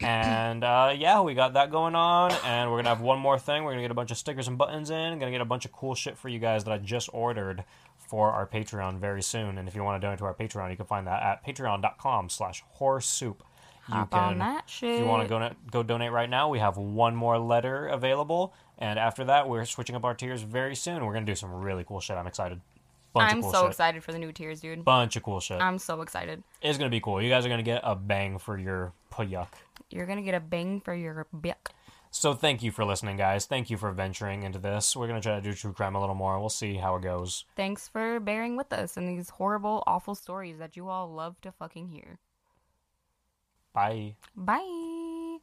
A: and uh, yeah, we got that going on. And we're going to have one more thing. We're going to get a bunch of stickers and buttons in. going to get a bunch of cool shit for you guys that I just ordered for our Patreon very soon. And if you want to donate to our Patreon, you can find that at patreon.com slash horsesoup. You
B: Hop on that shit.
A: if you want to go na- go donate right now, we have one more letter available, and after that, we're switching up our tiers very soon. We're gonna do some really cool shit. I'm excited. Bunch
B: I'm
A: of cool
B: so
A: shit.
B: excited for the new tiers, dude.
A: Bunch of cool shit.
B: I'm so excited.
A: it's gonna be cool. You guys are gonna get a bang for your payuk.
B: You're gonna get a bang for your buck.
A: So thank you for listening, guys. Thank you for venturing into this. We're gonna try to do true crime a little more. We'll see how it goes.
B: Thanks for bearing with us in these horrible, awful stories that you all love to fucking hear.
A: Bye.
B: Bye.
A: All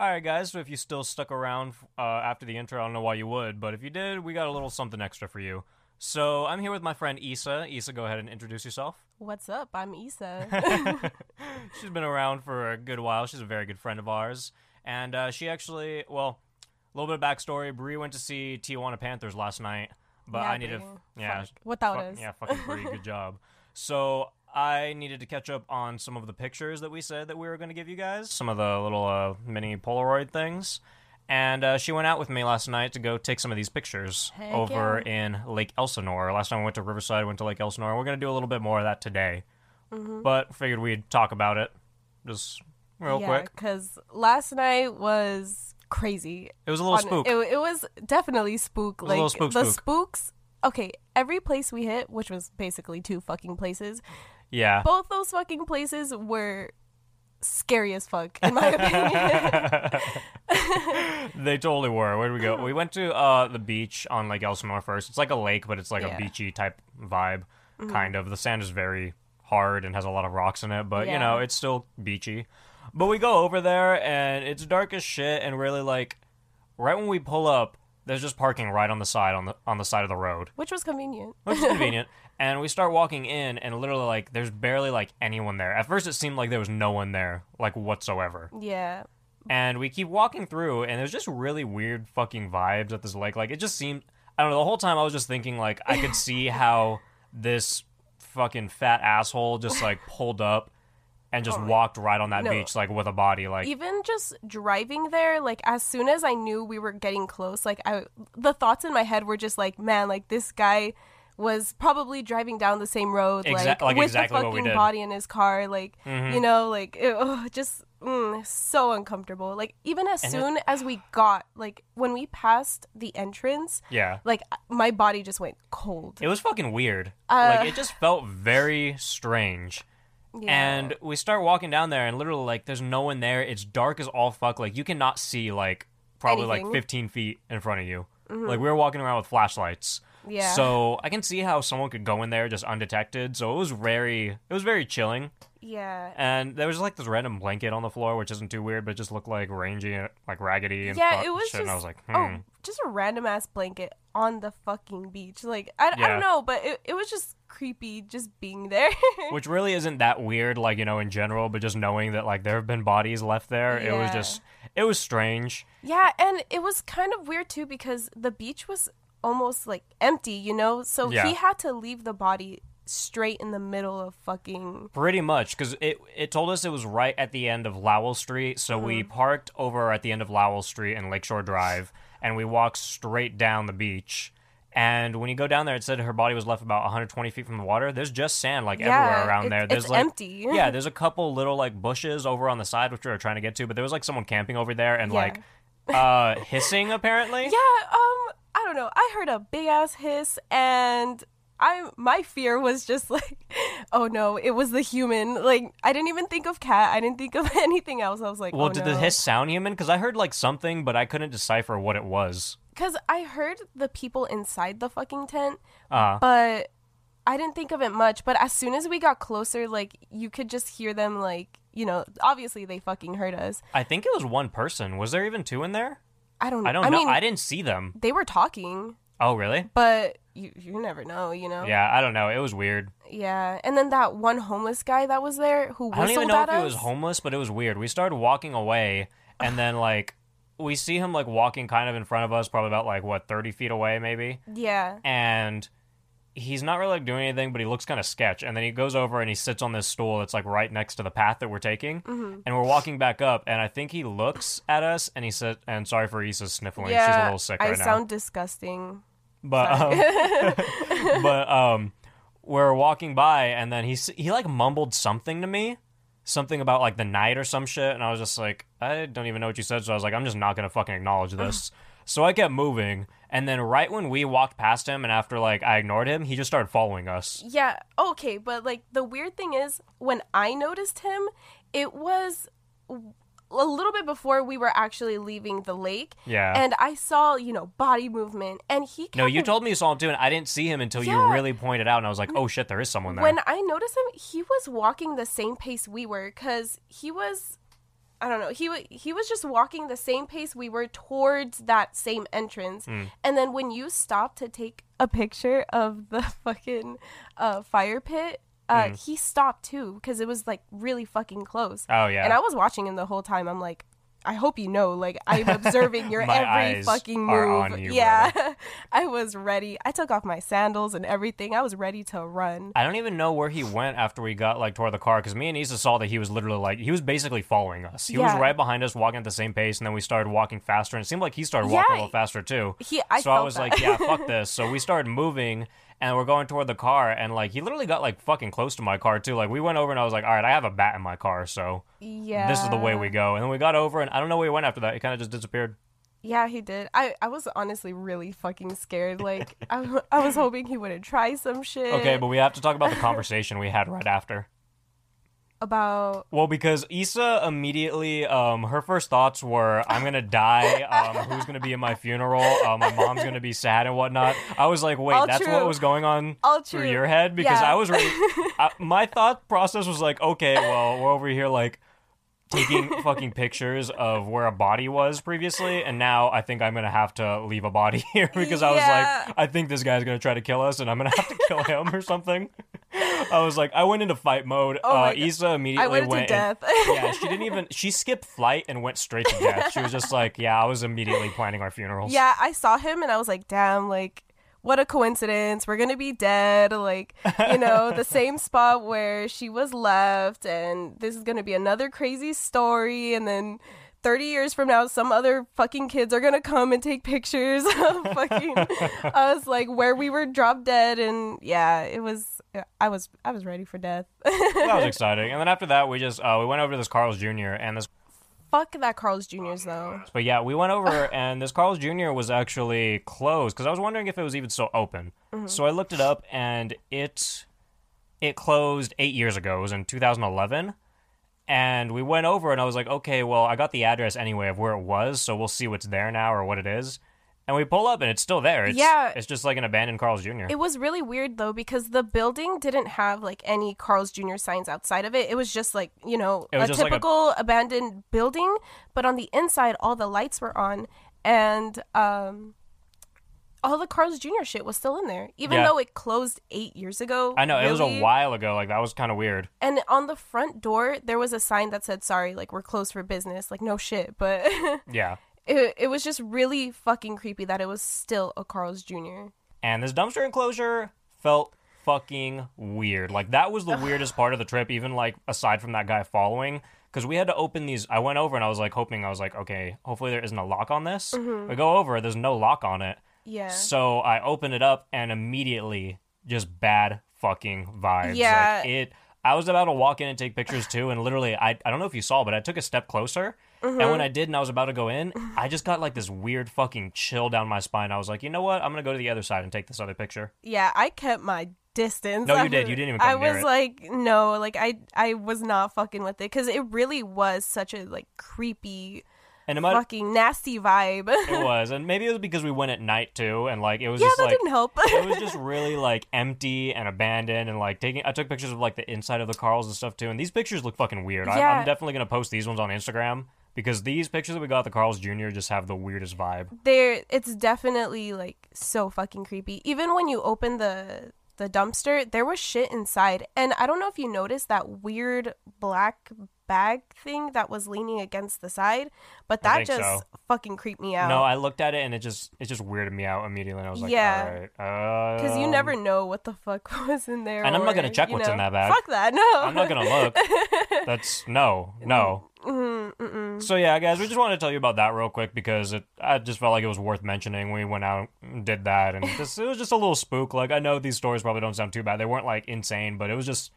A: right, guys. So if you still stuck around uh, after the intro, I don't know why you would, but if you did, we got a little something extra for you. So I'm here with my friend Issa. Issa, go ahead and introduce yourself.
C: What's up? I'm Issa.
A: (laughs)
C: (laughs)
A: She's been around for a good while. She's a very good friend of ours. And uh, she actually, well, a little bit of backstory. Bree went to see Tijuana Panthers last night, but
C: Yeah,
A: I needed,
C: Bree.
A: yeah,
C: Fuck, without
A: fuck-
C: us.
A: yeah, fucking Bree, good job. So I needed to catch up on some of the pictures that we said that we were going to give you guys, some of the little uh, mini Polaroid things. And uh, she went out with me last night to go take some of these pictures
C: Heck
A: over in Lake Elsinore. Last time we went to Riverside, went to Lake Elsinore. We're going to do a little bit more of that today
C: Mm-hmm.
A: but figured we'd talk about it just real quick.
C: Because last night was crazy.
A: It was a little
C: On-
A: spook.
C: It, it was definitely spook.
A: was a
C: like
A: little spook
C: the
A: spook.
C: spooks. Okay, every place we hit, which was basically two fucking places,
A: yeah.
C: both those fucking places were scary as fuck,
A: (laughs)
C: in my opinion.
A: they totally were. Where did we go? We went to uh, the beach on Lake Elsinore first. It's like a lake, but it's like a
C: Yeah.
A: beachy type vibe, kind of. The sand is very hard and has a lot of rocks in it, but you
C: Yeah.
A: know, it's still beachy. But we go over there and it's dark as shit and really like right when we pull up, there's just parking right on the side on the on the side of the road
C: which was convenient.
A: which is convenient. and we start walking in, and literally, like, there's barely like anyone there. At first, it seemed like there was no one there, like whatsoever.
C: Yeah.
A: And we keep walking through, and there's just really weird fucking vibes at this lake. Like, it just seemed, I don't know. The whole time, I was just thinking, like, I could
C: (laughs)
A: see how this fucking fat asshole just like pulled up and just walked right on that
C: Oh, No.
A: beach, like with a body, like.
C: Even just driving there, like as soon as I knew we were getting close, like I the thoughts in my head were just like, man, like this guy was probably driving down the same road,
A: Exact- like,
C: with
A: exactly
C: the
A: what we
C: fucking
A: did. Mm-hmm.
C: body in his car, like you know, like it, oh, just mm, so uncomfortable. Like even as
A: And it-
C: soon as we got, like when we passed the entrance,
A: yeah.
C: like my body just went cold.
A: It was fucking weird.
C: Uh,
A: like it just felt
C: (laughs)
A: very strange. And we start walking down there, and literally, like, there's no one there. It's dark as all fuck. Like, you cannot see, like, probably like
C: Anything.
A: 15
C: Mm-hmm.
A: feet in front of you. Like, we were walking around with flashlights.
C: Yeah.
A: So I can see how someone could go in there just undetected. So it was very, it was very chilling.
C: yeah.
A: And there was like this random blanket on the floor, which isn't too weird, but it just looked like rangy, and, like raggedy, and
C: yeah,
A: fu-
C: it was
A: shit.
C: just
A: and I was like, hmm.
C: oh, just a random ass blanket on the fucking beach. Like I, I
A: Yeah.
C: don't know, but it, it was just creepy just being there.
A: which really isn't that weird like you know in general but just knowing that like there have been bodies left there it was
C: Yeah.
A: just it was strange
C: (laughs) yeah, and it was kind of weird too because the beach was almost like empty, you know. So
A: Yeah.
C: he had to leave the body straight in the middle of fucking
A: pretty much because it it told us it was right at the end of lowell street so we
C: Mm-hmm.
A: parked over at the end of lowell street and lakeshore drive and we walked straight down the beach and when you go down there it said her body was left about 120 feet from the water there's just sand like everywhere
C: Yeah,
A: around
C: it's-
A: there
C: it's
A: there's like
C: empty.
A: yeah there's a couple little like bushes over on the side which we were trying to get to but there was like someone camping over there and
C: Yeah.
A: like uh (laughs) hissing apparently
C: Yeah, um, I don't know. I heard a big ass hiss, and I my fear was just (laughs) like, oh no, it was the human. Like I didn't even think of cat. I didn't think of (laughs) anything else. I was like,
A: Well,
C: oh,
A: did
C: no.
A: the hiss sound human? Because I heard like something, but I couldn't decipher what it was.
C: Because I heard the people inside the fucking tent,
A: Uh,
C: but I didn't think of it much. But as soon as we got closer, like you could just hear them, like you know, obviously they fucking heard us.
A: I think it was one person. Was there even two in there?
C: I don't.
A: I don't
C: I
A: know.
C: Mean,
A: I didn't see them.
C: they were talking,
A: Oh, really?
C: but you you never know, you know.
A: Yeah, I don't know. It was weird.
C: Yeah, and then that one homeless guy that was there who
A: I don't
C: whistled
A: even know
C: at
A: if
C: us.
A: he was homeless, but it was weird. We started walking away, and
C: (sighs)
A: then like we see him like walking kind of in front of us, probably about like what thirty feet away, maybe.
C: Yeah,
A: And he's not really like, doing anything, but he looks kind of sketch. And then he goes over and he sits on this stool that's like right next to the path that we're taking.
C: Mm-hmm.
A: And we're walking back up, and I think he looks at us and he said, "And sorry for Issa's sniffling.
C: yeah.
A: She's a little sick
C: I
A: right
C: sound disgusting.
A: now." But um,
C: (laughs)
A: but um, (laughs) we're walking by, and then he s- he like mumbled something to me. Something about like the night or some shit, and I was just like, I don't even know what you said. So I was like, I'm just not gonna fucking acknowledge this.
C: (laughs)
A: so I kept moving, and then right when we walked past him, and after like I ignored him, he just started following us.
C: Yeah, okay, but like the weird thing is, when I noticed him, it was w- a little bit before we were actually leaving the lake,
A: Yeah.
C: and I saw you know body movement, and he.
A: no, you
C: (laughs) kinda-
A: told me you saw him too, and I didn't see him until
C: Yeah.
A: you really pointed out, and I was like, oh shit, there is someone there.
C: When I noticed him, he was walking the same pace we were because he was, I don't know, he wa he was just walking the same pace we were towards that same entrance.
A: Mm.
C: And then when you stopped to take a picture of the (laughs) fucking uh, fire pit, uh,
A: Mm.
C: he stopped too because it was like really fucking close.
A: Oh, yeah.
C: And I was watching him the whole time. I'm like. I hope you know, like
A: (laughs)
C: I'm observing your
A: My
C: every
A: eyes
C: fucking move.
A: are on you,
C: yeah, (laughs) I was ready. I took off my sandals and everything. I was ready to run.
A: I don't even know where he went after we got like toward the car because me and Issa saw that he was literally like he was basically following us. He was
C: Yeah.
A: right behind us, walking at the same pace, and then we started walking faster, and it seemed like he started
C: Yeah,
A: walking a little faster too.
C: he- I
A: so I
C: felt
A: was
C: that.
A: like, yeah,
C: (laughs)
A: fuck this. So we started moving, and we're going toward the car, and like he literally got like fucking close to my car too. Like we went over, and I was like, all right, I have a bat in my car, so
C: Yeah.
A: this is the way we go. And then we got over, and I don't know where he went after that. He kind of just disappeared.
C: Yeah, he did. I, I was honestly really fucking scared. Like, (laughs) I, I was hoping he wouldn't try some shit.
A: Okay, but we have to talk about the conversation we had right after.
C: about
A: Well, because Issa immediately, um, her first thoughts were, "I'm gonna die. Um, who's gonna be at my funeral? Um, my mom's gonna be sad and whatnot." I was like, "Wait,
C: All
A: that's
C: true.
A: what was going on
C: All
A: through
C: true.
A: your head?" Because
C: Yeah.
A: I was, really, I,
C: (laughs)
A: my thought process was like, "Okay, well, we're over here like."
C: (laughs)
A: taking fucking pictures of where a body was previously and now I think I'm going to have to leave a body (laughs) here because I was
C: Yeah.
A: like I think this guy's going to try to kill us and I'm going to have to
C: (laughs)
A: kill him or something. I was like I went into fight mode.
C: Oh my
A: uh,
C: God.
A: Issa immediately
C: I went into
A: and-
C: death.
A: (laughs) yeah, she didn't even. She skipped flight and went straight to death. She was
C: (laughs)
A: just like, "Yeah, I was immediately planning our funerals."
C: Yeah, I saw him and I was like, damn, like, what a coincidence. We're going to be dead. Like, you know, the same spot where she was left. And this is going to be another crazy story. And then 30 years from now, some other fucking kids are going to come and take pictures (laughs) of fucking us, like, where we were drop dead. And yeah, it was. I was I was ready for death. (laughs)
A: that was exciting. And then after that, we just uh, we went over to this Carl's Jr. and this,
C: Fuck that Carl's Jr.'s though.
A: but yeah, we went
C: (laughs)
A: over and this Carl's Jr. was actually closed because I was wondering if it was even still open.
C: Mm-hmm.
A: So I looked it up and it it closed eight years ago. It was in 2011. And we went over and I was like, okay, well, I got the address anyway of where it was, so we'll see what's there now or what it is. And we pull up and it's still there. It's,
C: Yeah.
A: It's just like an abandoned Carl's Jr.
C: It was really weird though because the building didn't have like any Carl's Jr. signs outside of it. It was just like you know
A: It was
C: a
A: just like a-
C: typical abandoned building, but on the inside all the lights were on and um, all the Carl's Jr. shit was still in there, even
A: Yeah.
C: though it closed eight years ago.
A: I know it was
C: really.
A: a while ago. Like that was kind of weird.
C: And on the front door there was a sign that said "Sorry, like we're closed for business." Like no shit, but (laughs)
A: Yeah.
C: it it was just really fucking creepy that it was still a Carl's Jr.
A: And this dumpster enclosure felt fucking weird. Like that was the weirdest part of the trip. Even like aside from that guy following, because we had to open these. I went over and I was like hoping I was like, okay, hopefully there isn't a lock on this. We go over, there's no lock on it.
C: Yeah.
A: So I opened it up and immediately just bad fucking vibes.
C: Yeah.
A: Like it I was about to walk in and take pictures too, and literally I I don't know if you saw, but I took a step closer. And
C: Mm-hmm.
A: when I did and I was about to go in, I just got like this weird fucking chill down my spine. I was like, you know what? I'm gonna go to the other side and take this other picture.
C: Yeah, I kept my distance.
A: No, you
C: I
A: did.
C: was-
A: You didn't even
C: I
A: come near
C: was
A: it.
C: like, no, like I, I was not fucking with it because it really was such a like creepy,
A: And it might
C: fucking nasty vibe. (laughs) yeah,
A: it was. And maybe it was because we went at night too, and like it was
C: that
A: just like
C: didn't help.
A: it was just really like empty and abandoned and like taking i took pictures of like the inside of the carls and stuff too and these pictures look fucking weird I,
C: Yeah.
A: i'm definitely gonna post these ones on instagram because these pictures that we got at the carls jr just have the weirdest vibe
C: (laughs) there, it's definitely like so fucking creepy. Even when you open the the dumpster, there was shit inside, and I don't know if you noticed that weird black bag thing that was leaning against the side, but
A: I
C: that
A: think
C: just
A: so.
C: fucking creeped me out.
A: no i looked at it and it just it just weirded me out immediately and i was like
C: Yeah.
A: all right
C: Because you never know what the fuck (laughs) was in there.
A: Um, And I'm not gonna
C: or,
A: check
C: you
A: what's in
C: know.
A: that bag.
C: Fuck that, (laughs) no.
A: i'm not gonna
C: (laughs)
A: look that's no no so yeah guys we just wanted to tell you about that real quick because it i just felt like it was worth mentioning we went out and did that
C: (laughs)
A: and just, it was just a little spook like i know these stories probably don't sound too bad they weren't like insane but it was just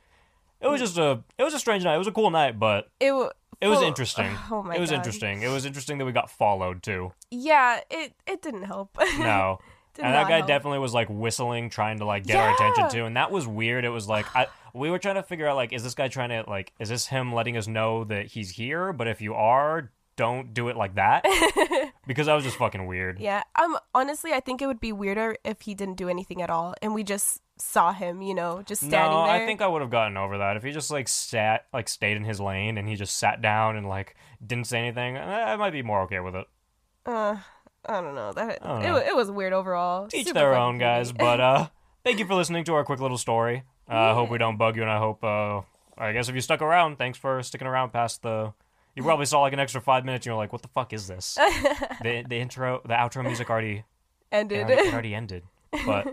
A: it was just a it was a strange night it was a cool night but
C: It, w-
A: it was (sighs)
C: full-
A: interesting
C: Oh my
A: it was
C: God.
A: interesting it was interesting that we got followed
C: (laughs)
A: too
C: Yeah, it it didn't help.
A: (laughs) no
C: Did
A: and that
C: not
A: guy
C: help.
A: definitely was like whistling trying to like get our attention
C: Yeah.
A: too and that was weird it was like i we were trying to figure out like is this guy trying to like is this him letting us know that he's here but if you are don't do it like that because that was just fucking weird
C: (laughs) yeah, um, honestly, I think it would be weirder if he didn't do anything at all, and we just saw him, you know, just standing
A: no
C: there.
A: i think i would have gotten over that if he just like sat like stayed in his lane and he just sat down and like didn't say anything eh, i, I might be more okay with it
C: Uh, I don't know. That
A: don't
C: it,
A: know.
C: wa- it was weird overall.
A: teach
C: Super
A: their
C: fucking
A: own
C: (laughs)
A: guys
C: creepy.
A: but uh thank you for listening to our quick little story Uh, i hope we don't bug you and i hope uh i guess if you stuck around thanks for sticking around past the you probably saw like an extra five minutes and you're like what the fuck is
C: (laughs)
A: this the, the intro the outro music already it
C: Ended.
A: already, it already ended but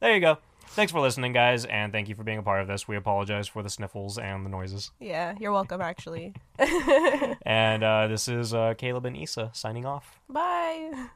A: there you go thanks for listening guys and thank you for being a part of this we apologize for the sniffles and the noises
C: (laughs) yeah, you're welcome. Actually,
A: and uh, this is uh, caleb and isa signing off
C: bye.